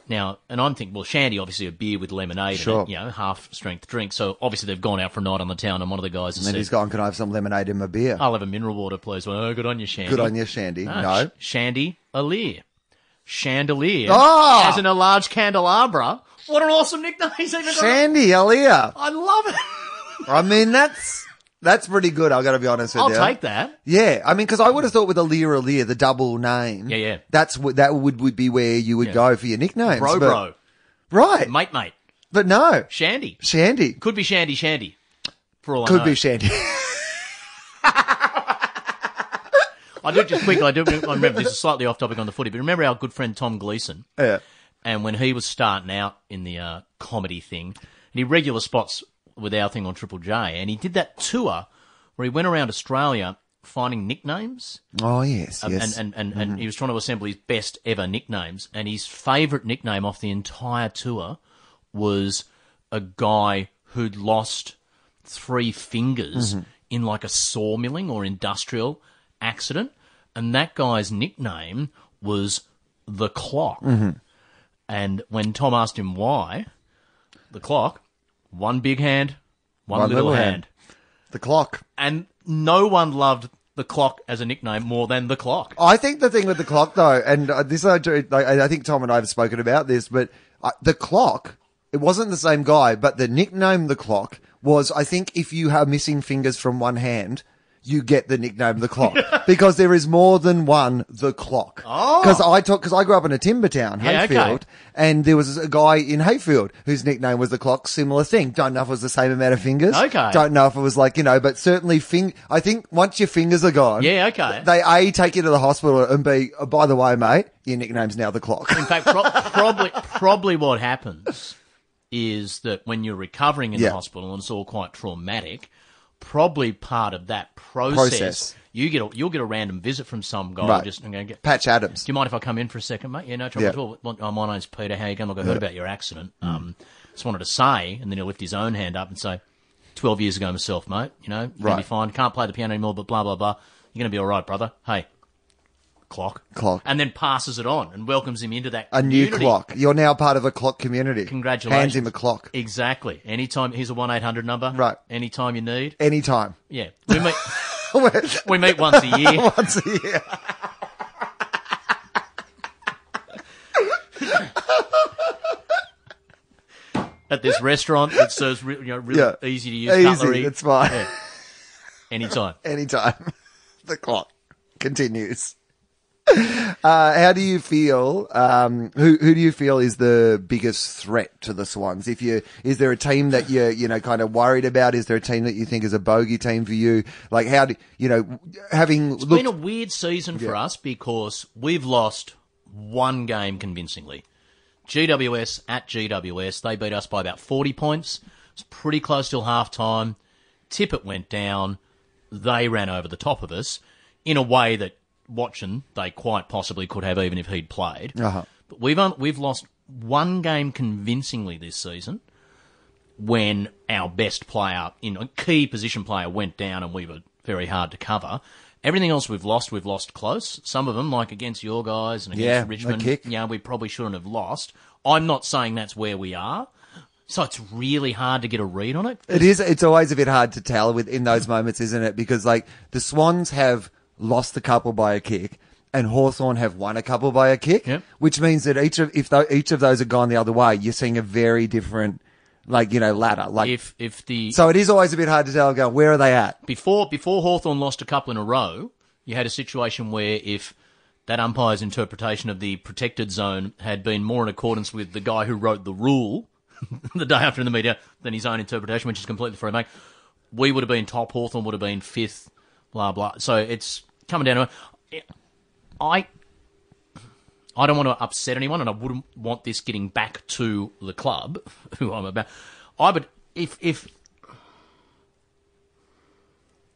Now, and I'm thinking, well, Shandy, obviously a beer with lemonade,
Sure.
and, you know, half strength drink. So obviously they've gone out for a night on the town, and one of the guys has
And
said,
he's gone. Can I have some lemonade in my beer?
I'll have a mineral water, please. Well, oh, good on you, Shandy.
Good on you, Shandy.
Ah,
No.
Sh- Shandy Alir. Chandelier.
Ah!
As in a large candelabra. What an awesome nickname. He's even got a-
Shandy, Aaliyah.
I love it.
I mean, that's that's pretty good. I got to be honest with
I'll
you.
take that.
Yeah, I mean, because I would have thought with Alir Alir, the double name.
Yeah, yeah.
That's what that would would be where you would go for your nicknames.
Bro,
but-
bro.
Right,
Mate, mate.
but no,
Shandy.
Shandy
Could be Shandy Shandy. For all
could
I know.
be Shandy.
I do just quickly, I do I remember this is slightly off topic on the footy, but remember our good friend Tom Gleeson?
yeah.
and when he was starting out in the uh, comedy thing, and he regular spots with our thing on Triple J, and he did that tour where he went around Australia finding nicknames,
Oh yes,
um,
yes.
and and, and, and he was trying to assemble his best ever nicknames, and his favourite nickname off the entire tour was a guy who'd lost three fingers in like a sawmilling or industrial accident, and that guy's nickname was the clock. And when Tom asked him why, the clock, one big hand, one, little, hand.
the clock.
And no one loved the clock as a nickname more than the clock.
I think the thing with the clock though, and uh, this I do, like, I I think Tom and I have spoken about this, but uh, the clock, it wasn't the same guy, but the nickname the clock was, I think if you are missing fingers from one hand, you get the nickname the clock because there is more than one the clock. Oh, because I took because I grew up in a timber town,
Yeah, okay.
Hayfield, and there was a guy in Hayfield whose nickname was the clock. Similar thing. Don't know if it was the same amount of fingers.
Okay.
Don't know if it was like you know, but certainly fing. I think once your fingers are gone,
Yeah, okay.
they a take you to the hospital and b oh, by the way mate your nickname's now the clock
In fact, pro- probably probably what happens is that when you're recovering in
Yeah.
the hospital and it's all quite traumatic, probably part of that process,
Process.
you get a, you'll get a random visit from some guy.
Right.
Just I'm going to get.
patch adams
Do you mind if I come in for a second, mate? Yeah, no trouble
Yeah. Mm.
at all. Well, oh, my name's Peter. How you going? Look, I heard about your accident. Um, just wanted to say, and then he'll lift his own hand up and say, 12 years ago myself, mate. You know, you're gonna be
Right.
fine. Can't play the piano anymore, but blah blah blah. You're going to be all right, brother. Hey." Clock,
Clock.
and then passes it on and welcomes him into that
a new
community.
clock you're now part of a clock community
Congratulations.
hands him a clock
Exactly. Anytime here's a one eight hundred number.
Right.
Anytime you need.
anytime
Yeah. We meet
once
we meet once a year.
a year
At this restaurant that serves re- you know, really
Yeah.
easy to use
easy
cutlery.
that's fine
Anytime.
anytime the clock continues uh, how do you feel? Um, who who do you feel is the biggest threat to the Swans? If you is there a team that you're you know kind of worried about? Is there a team that you think is a bogey team for you? Like how do you know having
It's
looked
been a weird season for
Yeah.
us because we've lost one game convincingly. GWS at GWS, they beat us by about 40 points. It's pretty close till half time. Tippett went down. They ran over the top of us in a way that watching they quite possibly could have even if he'd played.
Uh-huh.
But we've un- we've lost one game convincingly this season when our best player in a key position player went down and we were very hard to cover. Everything else we've lost, we've lost close. Some of them, like against your guys and against
Yeah, a
Richmond,
kick.
yeah, we probably shouldn't have lost. I'm not saying that's where we are, so it's really hard to get a read on it.
It is. It's always a bit hard to tell with in those moments, isn't it? Because like the Swans have lost the couple by a kick, and Hawthorn have won a couple by a kick,
Yep.
which means that each of if tho- each of those had gone the other way, you're seeing a very different, like you know, ladder. Like
If if the
so, it is always a bit hard to tell. Go, where are they at?
before before Hawthorn lost a couple in a row, you had a situation where if that umpire's interpretation of the protected zone had been more in accordance with the guy who wrote the rule the day after in the media than his own interpretation, which is completely free make, we would have been top, Hawthorn would have been fifth, blah blah. So it's coming down to I I don't want to upset anyone, and I wouldn't want this getting back to the club who I'm about. I would if if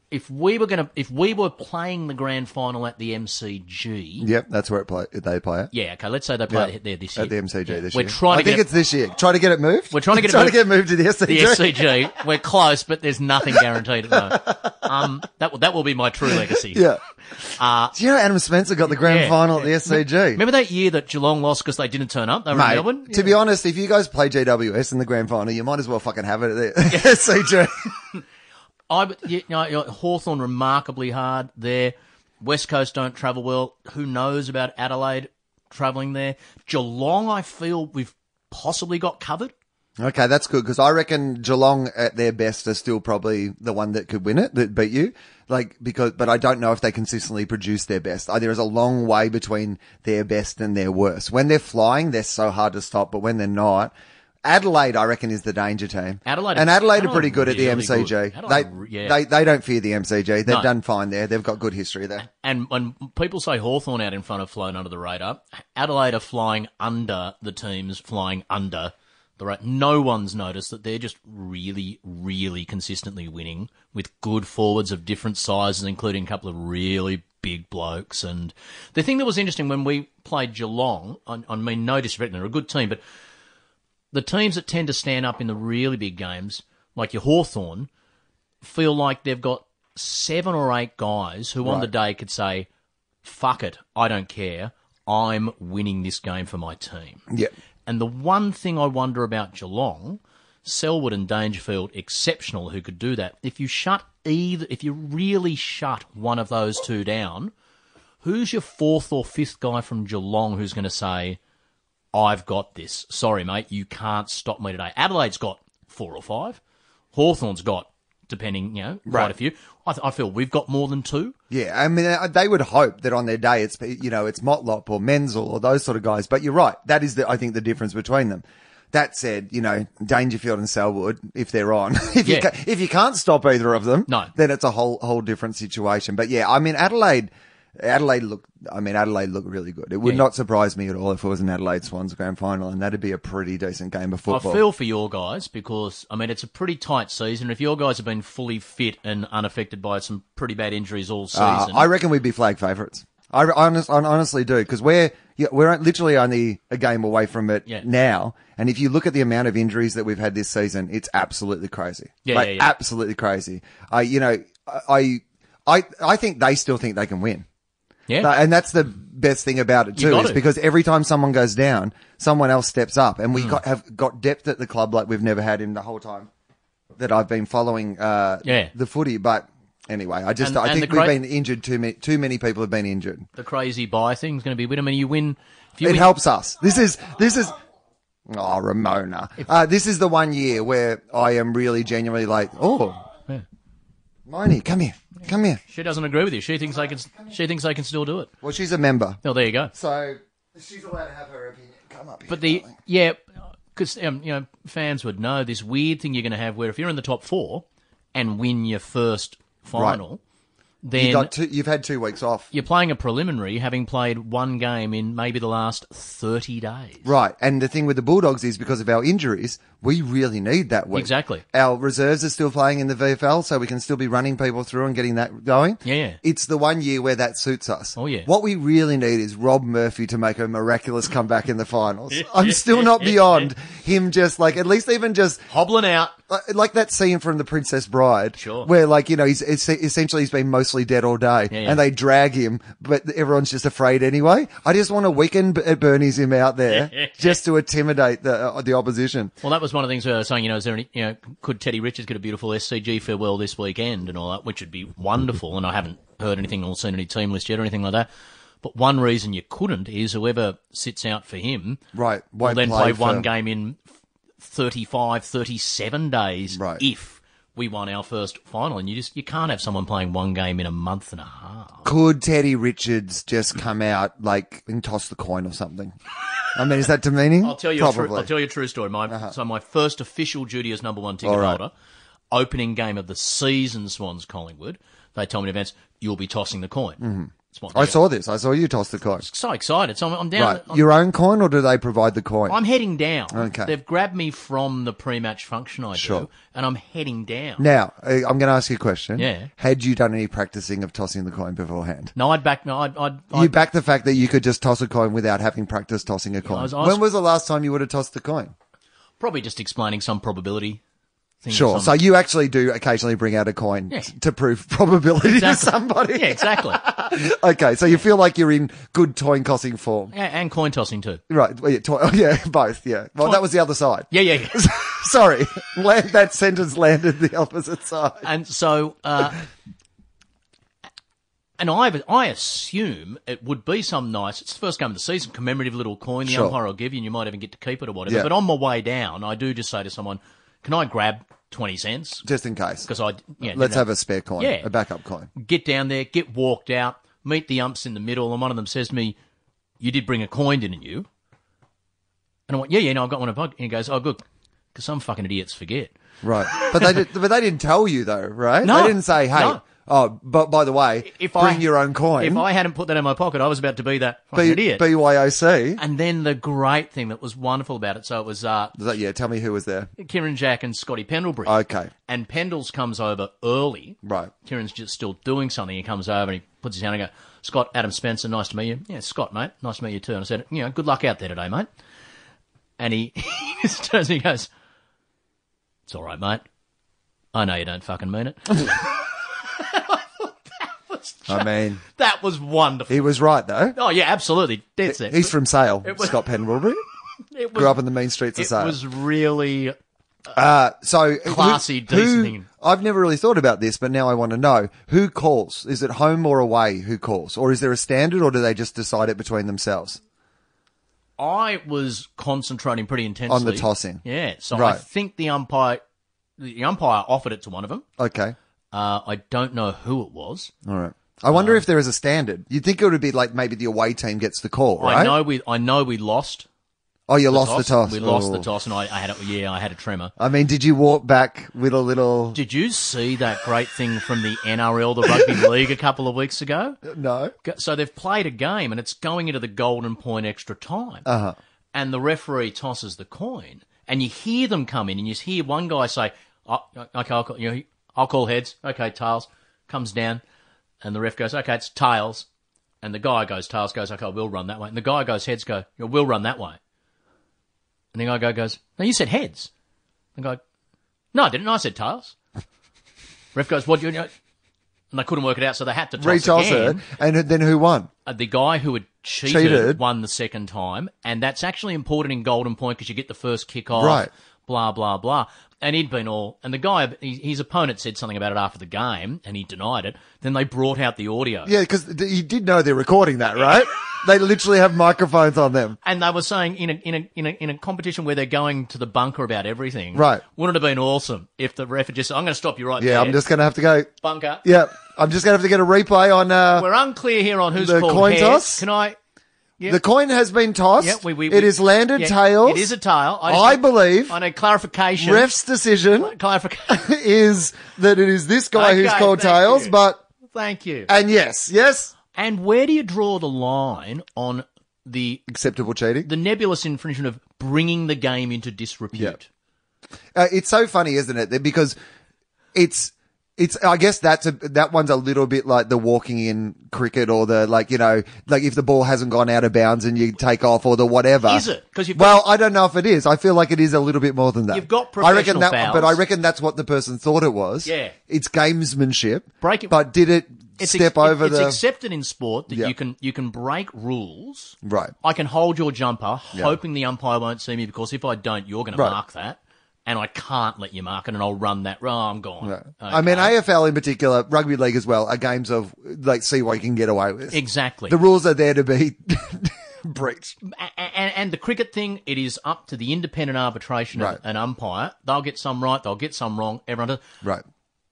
if we were going to if we were playing the grand final at the MCG.
Yep, that's where it play. They play it
Yeah, okay. Let's say they play
Yeah.
it there this year
at the MCG
Yeah.
this
we're
year.
trying to
I think
get
it's this year. Try to get it moved.
We're trying to get it
trying to get
moved-
moved to the SCG.
the SCG. We're close, but there's nothing guaranteed. at the moment. Um, that will that will be my true legacy.
Yeah. Do you know Adam Spencer got the grand
yeah,
final at the SCG?
Remember that year that Geelong lost because they didn't turn up? They were in
Mate,
Melbourne.
to be honest, if you guys play JWS in the grand final, you might as well fucking have it at the SCG.
I but you know, you know, Hawthorn remarkably hard there. West Coast don't travel well. Who knows about Adelaide travelling there? Geelong, I feel we've possibly got covered.
okay, that's good because I reckon Geelong at their best are still probably the one that could win it, that beat you. Like because, but I don't know if they consistently produce their best. Uh, There is a long way between their best and their worst. When they're flying, they're so hard to stop, but when they're not. Adelaide, I reckon, is the danger team.
Adelaide-
and Adelaide, are pretty
Adelaide
good at
really
the MCG.
good. Adelaide
They,
re- yeah.
they they don't fear the MCG. They've
No.
done fine there. They've got good history there.
And when people say Hawthorn out in front of flown under the radar, Adelaide are flying under the teams flying under the radar. No one's noticed that they're just really, really consistently winning with good forwards of different sizes, including a couple of really big blokes. And the thing that was interesting when we played Geelong, I, I mean, no disrespect, they're a good team, but the teams that tend to stand up in the really big games, like your Hawthorn, feel like they've got seven or eight guys who on the day could say, fuck it, I don't care. I'm winning this game for my team.
Yeah.
And the one thing I wonder about Geelong Selwood and Dangerfield exceptional who could do that. If you shut either, if you really shut one of those two down, who's your fourth or fifth guy from Geelong who's going to say, I've got this. Sorry, mate, you can't stop me today. Adelaide's got four or five. Hawthorn's got, depending, you know, quite a
Right.
few. I, th- I feel we've got more than two.
Yeah, I mean, uh, they would hope that on their day it's, you know, it's Motlop or Menzel or those sort of guys. But you're right. That is the, I think, the difference between them. That said, you know, Dangerfield and Selwood, if they're on, if you
Yeah.
ca- if you can't stop either of them,
No.
then it's a whole, whole different situation. But yeah, I mean, Adelaide, Adelaide looked, I mean, Adelaide looked really good. It would
Yeah.
not surprise me at all if it was an Adelaide Swans grand final and that'd be a pretty decent game of football.
I feel for your guys because I mean it's a pretty tight season. If your guys have been fully fit and unaffected by some pretty bad injuries all
Uh,
season,
I reckon we'd be flag favourites. I, re- honest, I honestly do because we're yeah, we're literally only a game away from it
Yeah.
now. And if you look at the amount of injuries that we've had this season, it's absolutely crazy.
Yeah,
like,
yeah, yeah.
absolutely crazy. I, you know, I, I, I think they still think they can win.
yeah,
Uh, And that's the best thing about it
You
too,
got
is
to.
because every time someone goes down, someone else steps up, and
Mm.
we got, have got depth at the club like we've never had in the whole time that I've been following uh,
Yeah.
the footy. But anyway, I just
And-
I
and
think
the
we've
great-
been injured too many. Too many people have been injured.
the crazy buy thing's going to be with them. And you win, if you
It
win,
helps us. This is this is. Oh, Ramona. Uh, this is the one year where I am really genuinely like, oh,
Yeah.
Miney, come here, come here.
she doesn't agree with you. She thinks they can. She thinks they can still do it.
Well, she's a member,
Well, there you go.
so she's allowed to have her opinion. Come up here.
But the
darling.
yeah, because um, you know fans would know this weird thing you're going to have where if you're in the top four and win your first final, then
you got two, you've had two weeks off.
you're playing a preliminary having played one game in maybe the last thirty days.
Right. And the thing with the Bulldogs is because of our injuries, we really need that week.
Exactly.
Our reserves are still playing in the VFL, so we can still be running people through and getting that going.
Yeah, yeah.
It's the one year where that suits us.
Oh, yeah.
What we really need is Rob Murphy to make a miraculous comeback in the finals. I'm still not beyond him just like, at least even just
Hobbling out.
like- like that scene from The Princess Bride,
Sure.
where like you know he's it's, essentially he's been mostly dead all day,
yeah.
and they drag him, but everyone's just afraid anyway. I just want to weaken B- uh, Bernie's him out there just to intimidate the uh, the opposition.
Well, that was one of the things we were saying. You know, is there any? You know, could Teddy Richards get a beautiful SCG farewell this weekend and all that, which would be wonderful. And I haven't heard anything or seen any team list yet or anything like that. But one reason you couldn't is whoever sits out for him
Right,
will
won't
then play,
for-
one game in 35, 37 days
Right.
if we won our first final. And you just you can't have someone playing one game in a month and a half.
Could Teddy Richards just come out like and toss the coin or something? I mean, is that demeaning?
I'll tell you. A true,
Probably. Uh-huh.
I'll tell you a true story. My so my first official duty as number one ticket
All right.
holder, opening game of the season, Swans Collingwood. They told me in advance you'll be tossing the coin. Mm-hmm. It's my
I
I'm
saw this. I saw you toss the coin.
so excited. So I'm, I'm down.
Right,
I'm,
your own coin, or do they provide the coin?
I'm heading down.
Okay.
They've grabbed me from the pre-match function I
Sure.
do, and I'm heading down.
now, uh, I'm going to ask you a question.
Yeah.
Had you done any practicing of tossing the coin beforehand?
No, I'd back. No, I'd. I'd,
you
I'd
back the fact that you could just toss a coin without having practiced tossing a coin.
I was Mm,
when
asked-
was the last time you would have tossed a coin?
probably just explaining some probability. Thing or
Sure.
something.
So you actually do occasionally bring out a coin
Yeah.
t- to prove probability to
Exactly.
somebody.
yeah, exactly.
Okay. So you feel like you're in good coin tossing form.
yeah, and coin tossing too.
Right. Well, yeah, to- oh, yeah, both. Yeah. Well, that was the other side.
Yeah, yeah. yeah.
Sorry. Land- that sentence landed the opposite side.
and so uh, and I I assume it would be some nice. It's the first game of the season, commemorative little coin the
Sure.
umpire will give you, and you might even get to keep it or whatever.
Yeah.
But on my way down, I do just say to someone, "Can I grab twenty cents?"
Just in case.
Because I yeah,
Let's
you know,
have a spare coin,
Yeah.
a backup coin.
get down there, get walked out, meet the umps in the middle, and one of them says to me, "You did bring a coin, didn't you?" And I went, "Yeah, yeah, no, I've got one." in my pocket." And he goes, "Oh, good." Because some fucking idiots forget.
Right. But they did, but they didn't tell you though, right?
No.
They didn't say, "Hey,
No.
oh, but by the way,
If I-
bring your own coin."
If I hadn't put that in my pocket, I was about to be that fucking
B-
idiot.
BYOC.
And then the great thing that was wonderful about it, so it was uh,
Is that- yeah, tell me who was there.
Kieran Jack and Scotty Pendlebury.
Okay.
And Pendles comes over early.
Right.
Kieran's just still doing something. He comes over and he puts his hand and goes, Scott, Adam Spencer, nice to meet you. Yeah, Scott, mate. Nice to meet you too. And I said, you know, good luck out there today, mate. And he, he just turns and he goes, it's all right, mate. I know you don't fucking mean it.
I mean,
that was wonderful.
he was right though.
Oh, yeah, absolutely. Dead set.
He's from Sale,
was-
Scott Penwilbury.
It was
Grew up in the mean streets of
It
Sale.
was really
Uh, so
Classy,
who,
decent
who-
thing.
I've never really thought about this, but now I want to know who calls. Is it home or away? Who calls, or is there a standard, or do they just decide it between themselves?
I was concentrating pretty intensely
On the tossing.
Yeah, so I
Right.
think the umpire, the umpire offered it to one of them.
Okay,
Uh, I don't know who it was.
all right. I wonder if there is a standard. You'd think it would be like maybe the away team gets the call, right?
I know we, I know we lost.
oh, you lost the toss.
We lost the
Oh.
toss, and I, I had a, yeah, I had a tremor.
I mean, did you walk back with a little?
Did you see that great thing from the NRL, the rugby league, a couple of weeks ago?
No.
Go- So they've played a game and it's going into the golden point extra time. Uh-huh. And the referee tosses the coin and you hear them come in and you hear one guy say, oh, okay, I'll call, you know, I'll call heads. Okay, tails. Comes down and the ref goes, okay, it's tails. And the guy goes, tails goes, okay, we'll run that way. And the guy goes, heads go, "Yeah, we'll run that way. And the guy go- goes, no, you said heads. The guy, no, I didn't. I said tails. ref goes, what do you know? And they couldn't work it out, so they had to toss
Retoss
again.
it, and then who won?
Uh, the guy who had cheated,
Cheated.
won the second time, and that's actually important in Golden Point because you get the first kick off.
Right.
Blah blah blah. And he'd been all, and the guy, he- his opponent said something about it after the game, and he denied it. Then they brought out the audio,
Yeah, because th- you did know they're recording that, right? they literally have microphones on them.
and they were saying in a in a in a in a competition where they're going to the bunker about everything.
Right.
Wouldn't it have been awesome if the ref had just, said, I'm going to stop you right
Yeah,
there.
I'm just gonna have to go.
bunker.
Yeah, I'm just gonna have to get a replay on. Uh,
We're unclear here on who's
The
called
coin
heads.
toss?
Can I?
The coin has been tossed.
Yeah, we, we,
it
we-
is landed
yeah,
tails.
It is a tail. I, just
I
need-
believe
I need clarification.
ref's decision
clarification.
is that it is this guy who's
Okay,
called
thank
tails.
you.
But
Thank you.
and yes, yes,
And where do you draw the line on the
acceptable cheating.
the nebulous infringement of bringing the game into disrepute?
Uh, it's so funny, isn't it? That- Because it's it's. I guess that's a that one's a little bit like the walking in cricket or the like. You know, like if the ball hasn't gone out of bounds and you take off or the whatever.
Is it? 'Cause you've
well, I don't know if it is. I feel like it is a little bit more than that.
You've got
I reckon
professional
that,
fouls.
but I reckon that's what the person thought it was.
Yeah.
it's gamesmanship.
Break it-
but did it step
ex-
over
it's
the
accepted in sport that
Yeah.
you can you can break rules.
right?
I can hold your jumper, hoping the umpire won't see me because if I don't, you're going to
Right.
mark that, and I can't let you mark it, and I'll run that. Oh, I'm gone.
I mean, AFL in particular, rugby league as well, are games of like see what you can get away with.
exactly.
The rules are there to be breached.
and, and the cricket thing, it is up to the independent arbitration
Right.
of an umpire. They'll get some right, they'll get some wrong. Everyone does.
Right.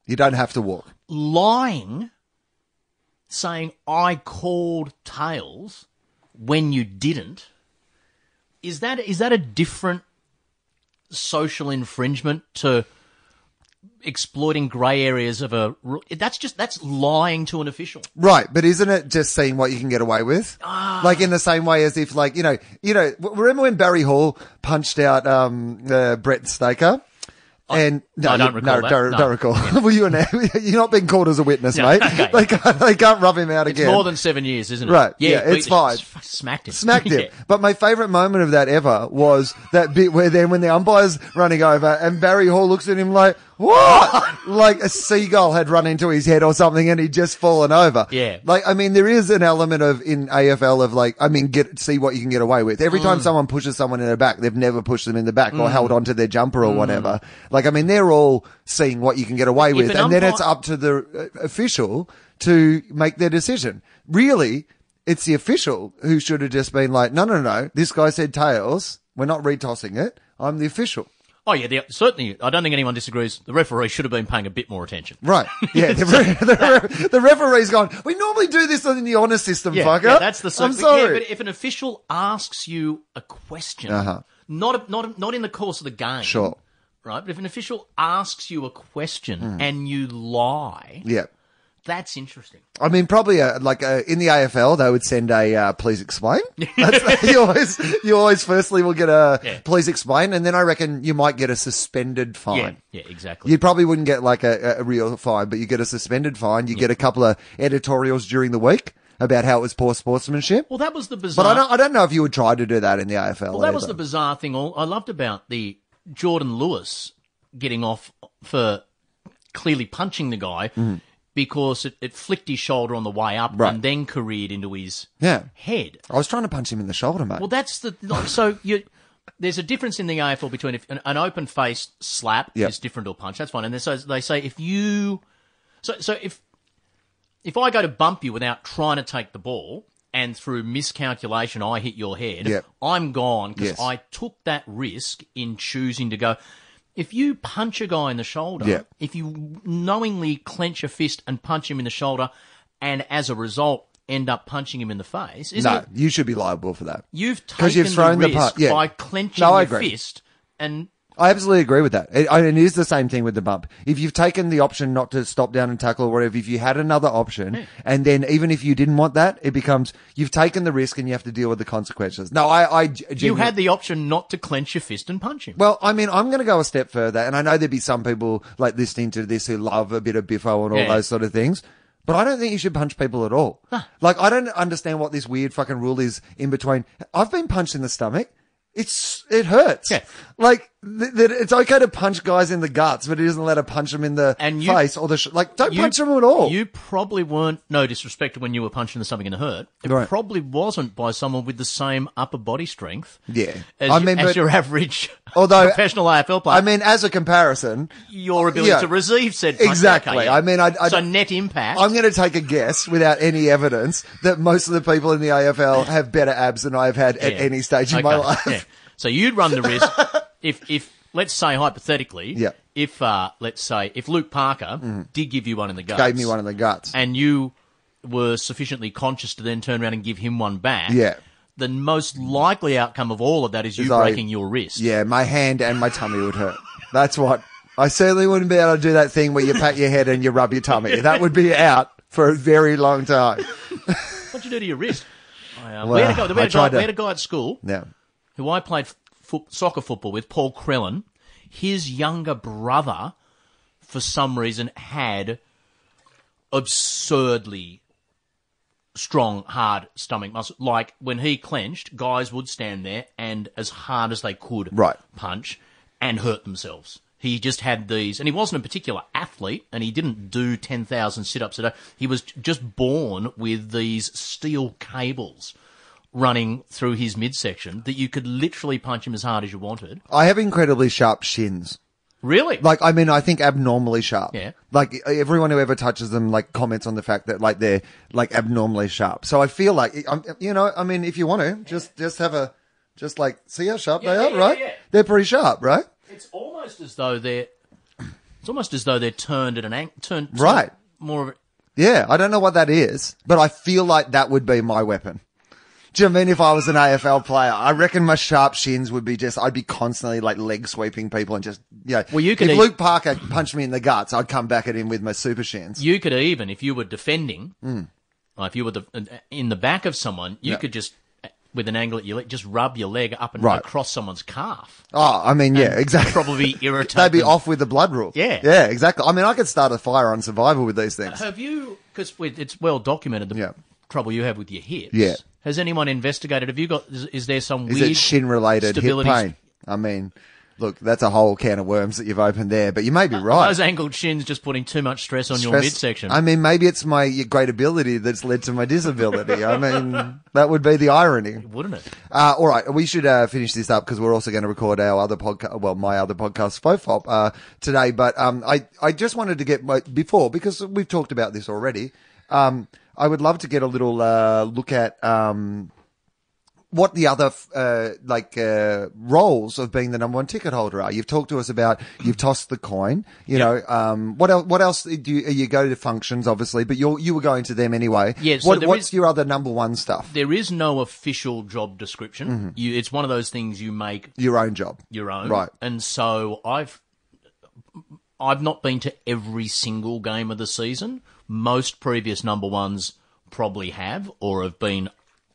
You don't have to walk.
lying, saying I called tails when you didn't. Is that is that a different social infringement to exploiting grey areas of a? ru- That's just that's lying to an official.
Right, but isn't it just seeing what you can get away with?
Ah.
Like in the same way as if, like you know, you know, w- remember when Barry Hall punched out um, uh, Brett Staker? And no,
I don't
you-
recall
no,
that.
Don't,
No.
don't recall. well, you and you're not being called as a witness,
Yeah,
mate.
okay.
They, can't, they can't rub him out
It's
again.
more than seven years, isn't it?
Right, yeah, it's
we-
fine.
s- Smacked it.
smacked him.
Yeah.
But my favourite moment of that ever was that bit where then when the umpire's running over and Barry Hall looks at him like, what? like a seagull had run into his head or something and he'd just fallen over.
Yeah.
Like, I mean, there is an element of in AFL of like, I mean, get, see what you can get away with. Every
Mm.
time someone pushes someone in the back, they've never pushed them in the back or held onto their jumper
Mm.
or whatever. Like, I mean, they're all seeing what you can get away with.
an
And then
umpire-
it's up to the uh, official to make their decision. Really, it's the official who should have just been like, no, no, no, this guy said tails. We're not retossing it. I'm the official.
Oh yeah, the, certainly. I don't think anyone disagrees. The referee should have been paying a bit more attention.
Right. Yeah. The, re- the, re- the referee's gone, we normally do this in the honor system,
Yeah,
fucker.
yeah, that's the.
I'm
but
sorry.
Yeah, but if an official asks you a question, not a, not a, not in the course of the game,
Uh-huh. Sure.
right? But if an official asks you a question
Hmm.
and you lie,
yeah.
that's interesting.
I mean, probably uh like uh in the AFL, they would send a uh, please explain. That's, you always, you always firstly will get a
Yeah.
please explain, and then I reckon you might get a suspended fine.
Yeah, yeah, exactly.
You probably wouldn't get like a, a real fine, but you get a suspended fine. You get a couple of editorials during the week about how it was poor sportsmanship.
Well, that was the bizarre.
but I don't, I don't know if you would try to do that in the AFL.
well, that was
either.
the bizarre thing. All I loved about the Jordan Lewis getting off for clearly punching the guy because it, it flicked his shoulder on the way up
Mm-hmm. Right.
and then careered into his
yeah.
head.
I was trying to punch him in the shoulder, mate.
Well, that's the like, so you there's a difference in the AFL between if an, an open faced slap
Yep.
is different or punch. That's fine. And then so they say if you, so so if if I go to bump you without trying to take the ball and through miscalculation I hit your head,
Yep.
I'm gone because
Yes.
I took that risk in choosing to go. If you punch a guy in the shoulder,
Yep.
if you knowingly clench a fist and punch him in the shoulder, and as a result end up punching him in the face, isn't
No,
it?
you should be liable for that.
You've
'Cause
taken
you've thrown
the
the
risk
part- yeah.
by clenching
No, I
your
agree.
fist and
I absolutely agree with that. It, and it is the same thing with the bump. If you've taken the option not to stop down and tackle or whatever, if you had another option,
Hmm.
and then even if you didn't want that, it becomes you've taken the risk and you have to deal with the consequences. No, I, I
you had the option not to clench your fist and punch him.
Well, I mean, I'm going to go a step further, and I know there'd be some people like listening to this who love a bit of biffo and all
Yeah.
those sort of things. But I don't think you should punch people at all. Like, I don't understand what this weird fucking rule is in between. I've been punched in the stomach. It's, it hurts.
Yeah.
Like, th- that it's okay to punch guys in the guts, but it isn't allowed to punch them in the
And you-
face or the, sh- like, don't
You-
punch them at all.
You probably weren't no disrespect when you were punching the something in the hurt. It
Right.
probably wasn't by someone with the same upper body strength.
Yeah.
as,
I
you-
mean,
as
but-
your average
Although-
professional AFL player.
I mean, as a comparison,
your ability
yeah.
to receive said punch.
Exactly.
Okay, yeah.
I mean, I- I-
so net impact.
I'm going to take a guess without any evidence that most of the people in the AFL have better abs than I've had at
Yeah.
any stage in
Okay,
my life.
yeah. So you'd run the risk if if let's say hypothetically,
Yeah. Mm-hmm.
if uh, let's say if Luke Parker did give you one in the guts,
Gave me one in the guts.
and you were sufficiently conscious to then turn around and give him one back,
Yeah.
the most likely outcome of all of that is you
Is I-
breaking your wrist.
yeah, my hand and my tummy would hurt. That's what. I certainly wouldn't be able to do that thing where you pat your head and you rub your tummy. That would be out for a very long time.
What'd you do to your wrist? I, uh, we, had a guy,
Well, I
we, had a guy,
tried to-
we had a guy at school
Now,
who I played fo- soccer football with, Paul Krellin. His younger brother, for some reason, had absurdly strong, hard stomach muscle. Like when he clenched, guys would stand there and as hard as they could
Right.
punch and hurt themselves. He just had these, and he wasn't a particular athlete, and he didn't do 10,000 sit ups a day. He was j- just born with these steel cables running through his midsection that you could literally punch him as hard as you wanted.
I have incredibly sharp shins.
Really?
Like, I mean, I think abnormally sharp.
Yeah.
Like, everyone who ever touches them, like, comments on the fact that, like, they're, like, abnormally sharp. So I feel like, I'm, you know, I mean, if you want to, just, just have a, just like, see how sharp they
yeah,
are,
yeah,
right?
yeah.
They're pretty sharp, right?
It's almost as though they're. It's almost as though they're turned at an ang- turned turned
Right.
more of a,
Yeah. I don't know what that is, but I feel like that would be my weapon. Do you know what I mean if I was an AFL player, I reckon my sharp shins would be just, I'd be constantly like leg sweeping people and just, you know,
Well, you could
if
eat-
Luke Parker punched me in the guts, I'd come back at him with my super shins.
you could even if you were defending, uh, if you were the, in the back of someone, you
Hmm. Yeah.
could just uh, with an angle at your leg, just rub your leg up and
Right.
across someone's calf.
Oh, I mean, yeah, exactly.
Probably irritate.
They'd be
them.
off with the blood rule.
Yeah.
Yeah, exactly. I mean, I could start a fire on survival with these things.
Have you? Because it's well documented the
Yeah.
trouble you have with your hips.
Yeah.
Has anyone investigated? Have you got? Is, is there some
Is
weird
it shin related hip
stability-
pain? I mean, look, that's a whole can of worms that you've opened there, but you may be right.
Those angled shins just putting too much stress on your
Stress-
midsection.
I mean, maybe it's my great ability that's led to my disability. I mean, that would be the irony.
wouldn't it?
Uh, all right, we should uh, finish this up because we're also going to record our other podcast, well, my other podcast, Fofop, uh, today. But um, I, I just wanted to get my, before because we've talked about this already. Um, I would love to get a little uh, look at um, what the other f- uh, like uh, roles of being the number one ticket holder are. You've talked to us about you've tossed the coin. You know, um, what else? What else do you, you go to functions, obviously, but you you were going to them anyway.
Yeah, so
What,
there
what's
is-
your other number one stuff?
There is no official job description. You, it's one of those things you make
Your own job.
your own.
Mm-hmm. Right.
And so I've I've not been to every single game of the season. Most previous number ones probably have or have been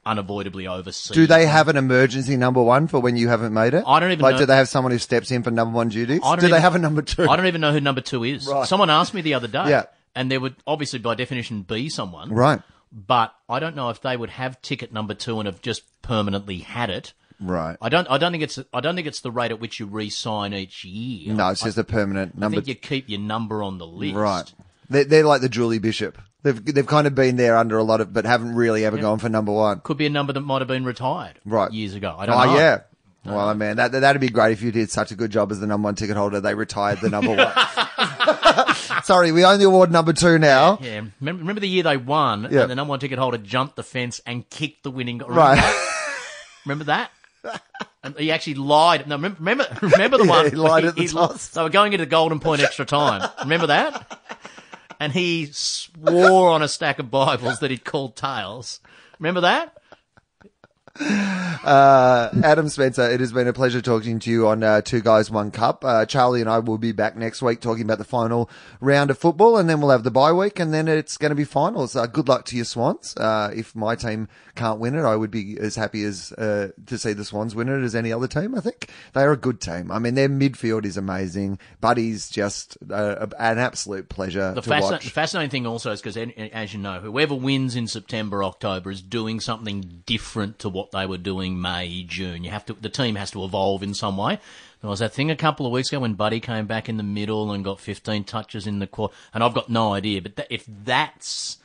unavoidably overseen.
Do they have an emergency number one for when you haven't made it?
I don't even
like.
know-
Do they have someone who steps in for number one duties?
I
Do
don't
they
even-
have a number two?
I don't even know who number two is.
Right.
Someone asked me the other day.
Yeah.
And there would obviously by definition be someone.
Right,
But I don't know if they would have ticket number two and have just permanently had it.
right.
I don't I don't think it's I don't think it's the rate at which you re sign each year.
no, it's just a permanent
I
number.
think you keep your number on the list.
right. They're, they're like the Julie Bishop. They've they've kind of been there under a lot of, but haven't really ever gone for number one.
could be a number that might have been retired
Right.
years ago. I
Oh
don't know.
yeah, Well, I mean, that, that'd be great if you did such a good job as the number one ticket holder. They retired the number one. Sorry, we only award number two now.
Yeah, remember, remember the year they won
Yeah.
and the number one ticket holder jumped the fence and kicked the winning goal. Remember,
Right.
remember that? and he actually lied. No, remember, remember, remember the
Yeah,
one
he lied
where
at the toss.
They were going into the golden point extra time. Remember that? And he swore on a stack of Bibles that he'd called tails. Remember that?
Adam Spencer, it has been a pleasure talking to you on uh, Two Guys, One Cup. Uh, Charlie and I will be back next week talking about the final round of football, and then we'll have the bye week, and then it's going to be finals. Uh, good luck to your Swans. Uh, if my team can't win it, I would be as happy as uh, to see the Swans win it as any other team, I think. They are a good team. I mean, their midfield is amazing. Buddy's just uh, an absolute pleasure
The
to
fascin-
watch.
fascinating thing also is because, as you know, whoever wins in September, October is doing something different to what they were doing May, June. You have to, the team has to evolve in some way. There was that thing a couple of weeks ago when Buddy came back in the middle and got 15 touches in the quarter, and I've got no idea. But that, if that's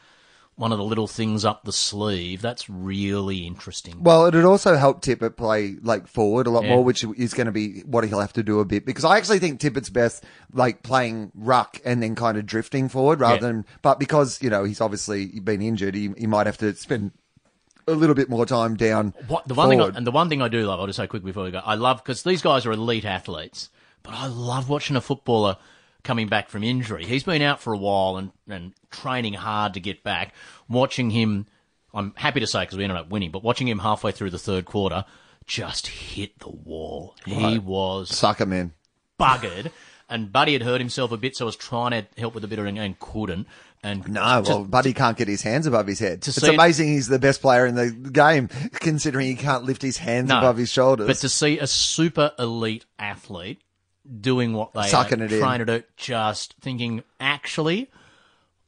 one of the little things up the sleeve, that's really interesting.
Well, it'd also help Tippett play like forward a lot
Yeah.
more, which is going to be what he'll have to do a bit because I actually think Tippett's best like playing ruck and then kind of drifting forward rather
Yeah.
than. But because you know he's obviously been injured, he, he might have to spend a little bit more time down.
What the one thing, I,
forward.
and the one thing I do love, I'll just say quick before we go, I love because these guys are elite athletes, but I love watching a footballer coming back from injury. He's been out for a while and and training hard to get back. Watching him, I'm happy to say because we ended up winning, but watching him halfway through the third quarter, just hit the wall. He was
sucker man?
buggered. And Buddy had hurt himself a bit, so I was trying to help with a bit of it and couldn't. And
No, Ah, well, Buddy can't get his hands above his head. It's
see it-
amazing he's the best player in the game, considering he can't lift his hands
No.
above his shoulders.
But to see a super elite athlete doing what they
Sucking
are
it in.
trying to do, just thinking, actually,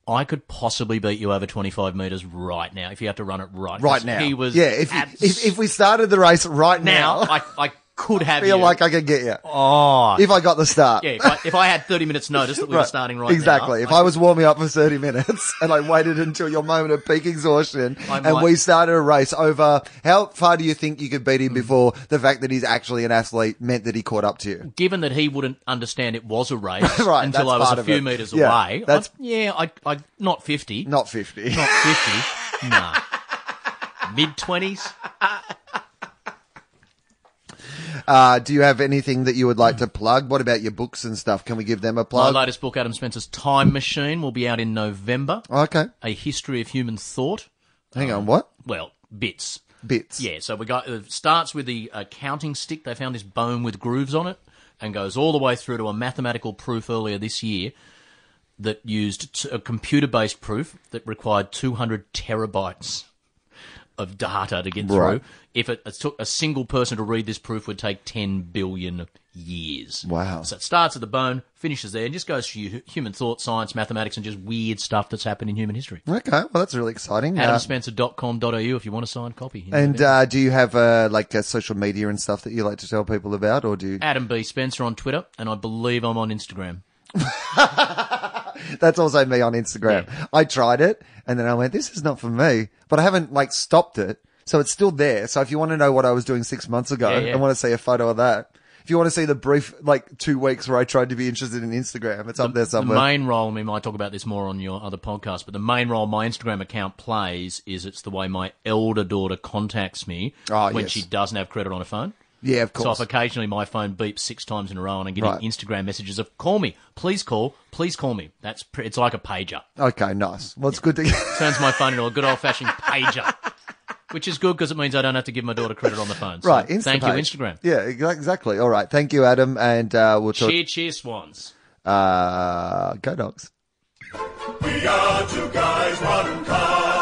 I could possibly beat you over 25 metres right now if you had to run it right.
right
'Cause
now,
He was
yeah. If,
abs-
if if we started the race right
now,
now,
I, I could have
I feel
you.
like I could get you. Oh, if I got the start.
yeah, if I, if I had 30 minutes notice that we were
Right.
starting right
exactly.
now.
If I was warming up for 30 minutes and I waited until your moment of peak exhaustion
I
and
might-
we started a race over, how far do you think you could beat him
Hmm.
before the fact that he's actually an athlete meant that he caught up to you?
Given that he wouldn't understand it was a race
Right,
until
that's
I was
part
a
of
few
it.
metres
Yeah,
away,
that's-
I, yeah, I, I, not 50.
Not 50.
Not 50. nah. Mid 20s.
Uh, do you have anything that you would
Hmm.
like to plug? What about your books and stuff? Can we give them a
My
plug?
latest book, Adam Spencer's Time Machine, will be out in November.
Oh, okay.
A History of Human Thought.
Hang on. What?
Well, bits.
Bits.
Um, Yeah, so we got it starts with the uh, counting stick. They found this bone with grooves on it, and goes all the way through to a mathematical proof earlier this year that used t- a computer-based proof that required 200 terabytes of data to get
Right.
through. If it, it took a single person to read this proof, would take 10 billion years.
Wow.
So it starts at the bone, finishes there, and just goes through hu- human thought, science, mathematics, and just weird stuff that's happened in human history.
Okay. Well, that's really exciting. Uh,
AdamSpencer.com.au if you want a signed copy.
and uh, do you have uh, like uh, social media and stuff that you like to tell people about, or do you?
Adam B. Spencer on Twitter, and I believe I'm on Instagram.
That's also me on Instagram. I tried it and then I went, this is not for me, but I haven't like stopped it. So it's still there. So if you want to know what I was doing six months ago
Yeah, yeah.
and want to see a photo of that, if you want to see the brief, like two weeks where I tried to be interested in Instagram, it's up there
The
somewhere.
main role, I mean, I talk about this more on your other podcast, but the main role my Instagram account plays is it's the way my elder daughter contacts me
Ah,
when
yes.
she doesn't have credit on her phone.
yeah, of
So
course.
if occasionally my phone beeps six times in a row and I'm getting
Right.
Instagram messages of "call me, please call, please call me," that's pre- it's like a pager.
okay, nice. Well, it's good to.
Turns my phone into a good old fashioned pager, which is good because it means I don't have to give my daughter credit on the phone. So
right. Instapage.
thank you, Instagram.
Yeah, exa- exactly. All right. Thank you, Adam. And uh, we'll talk.
Cheer, cheer, swans.
Uh, go, dogs.
We are two guys, one car.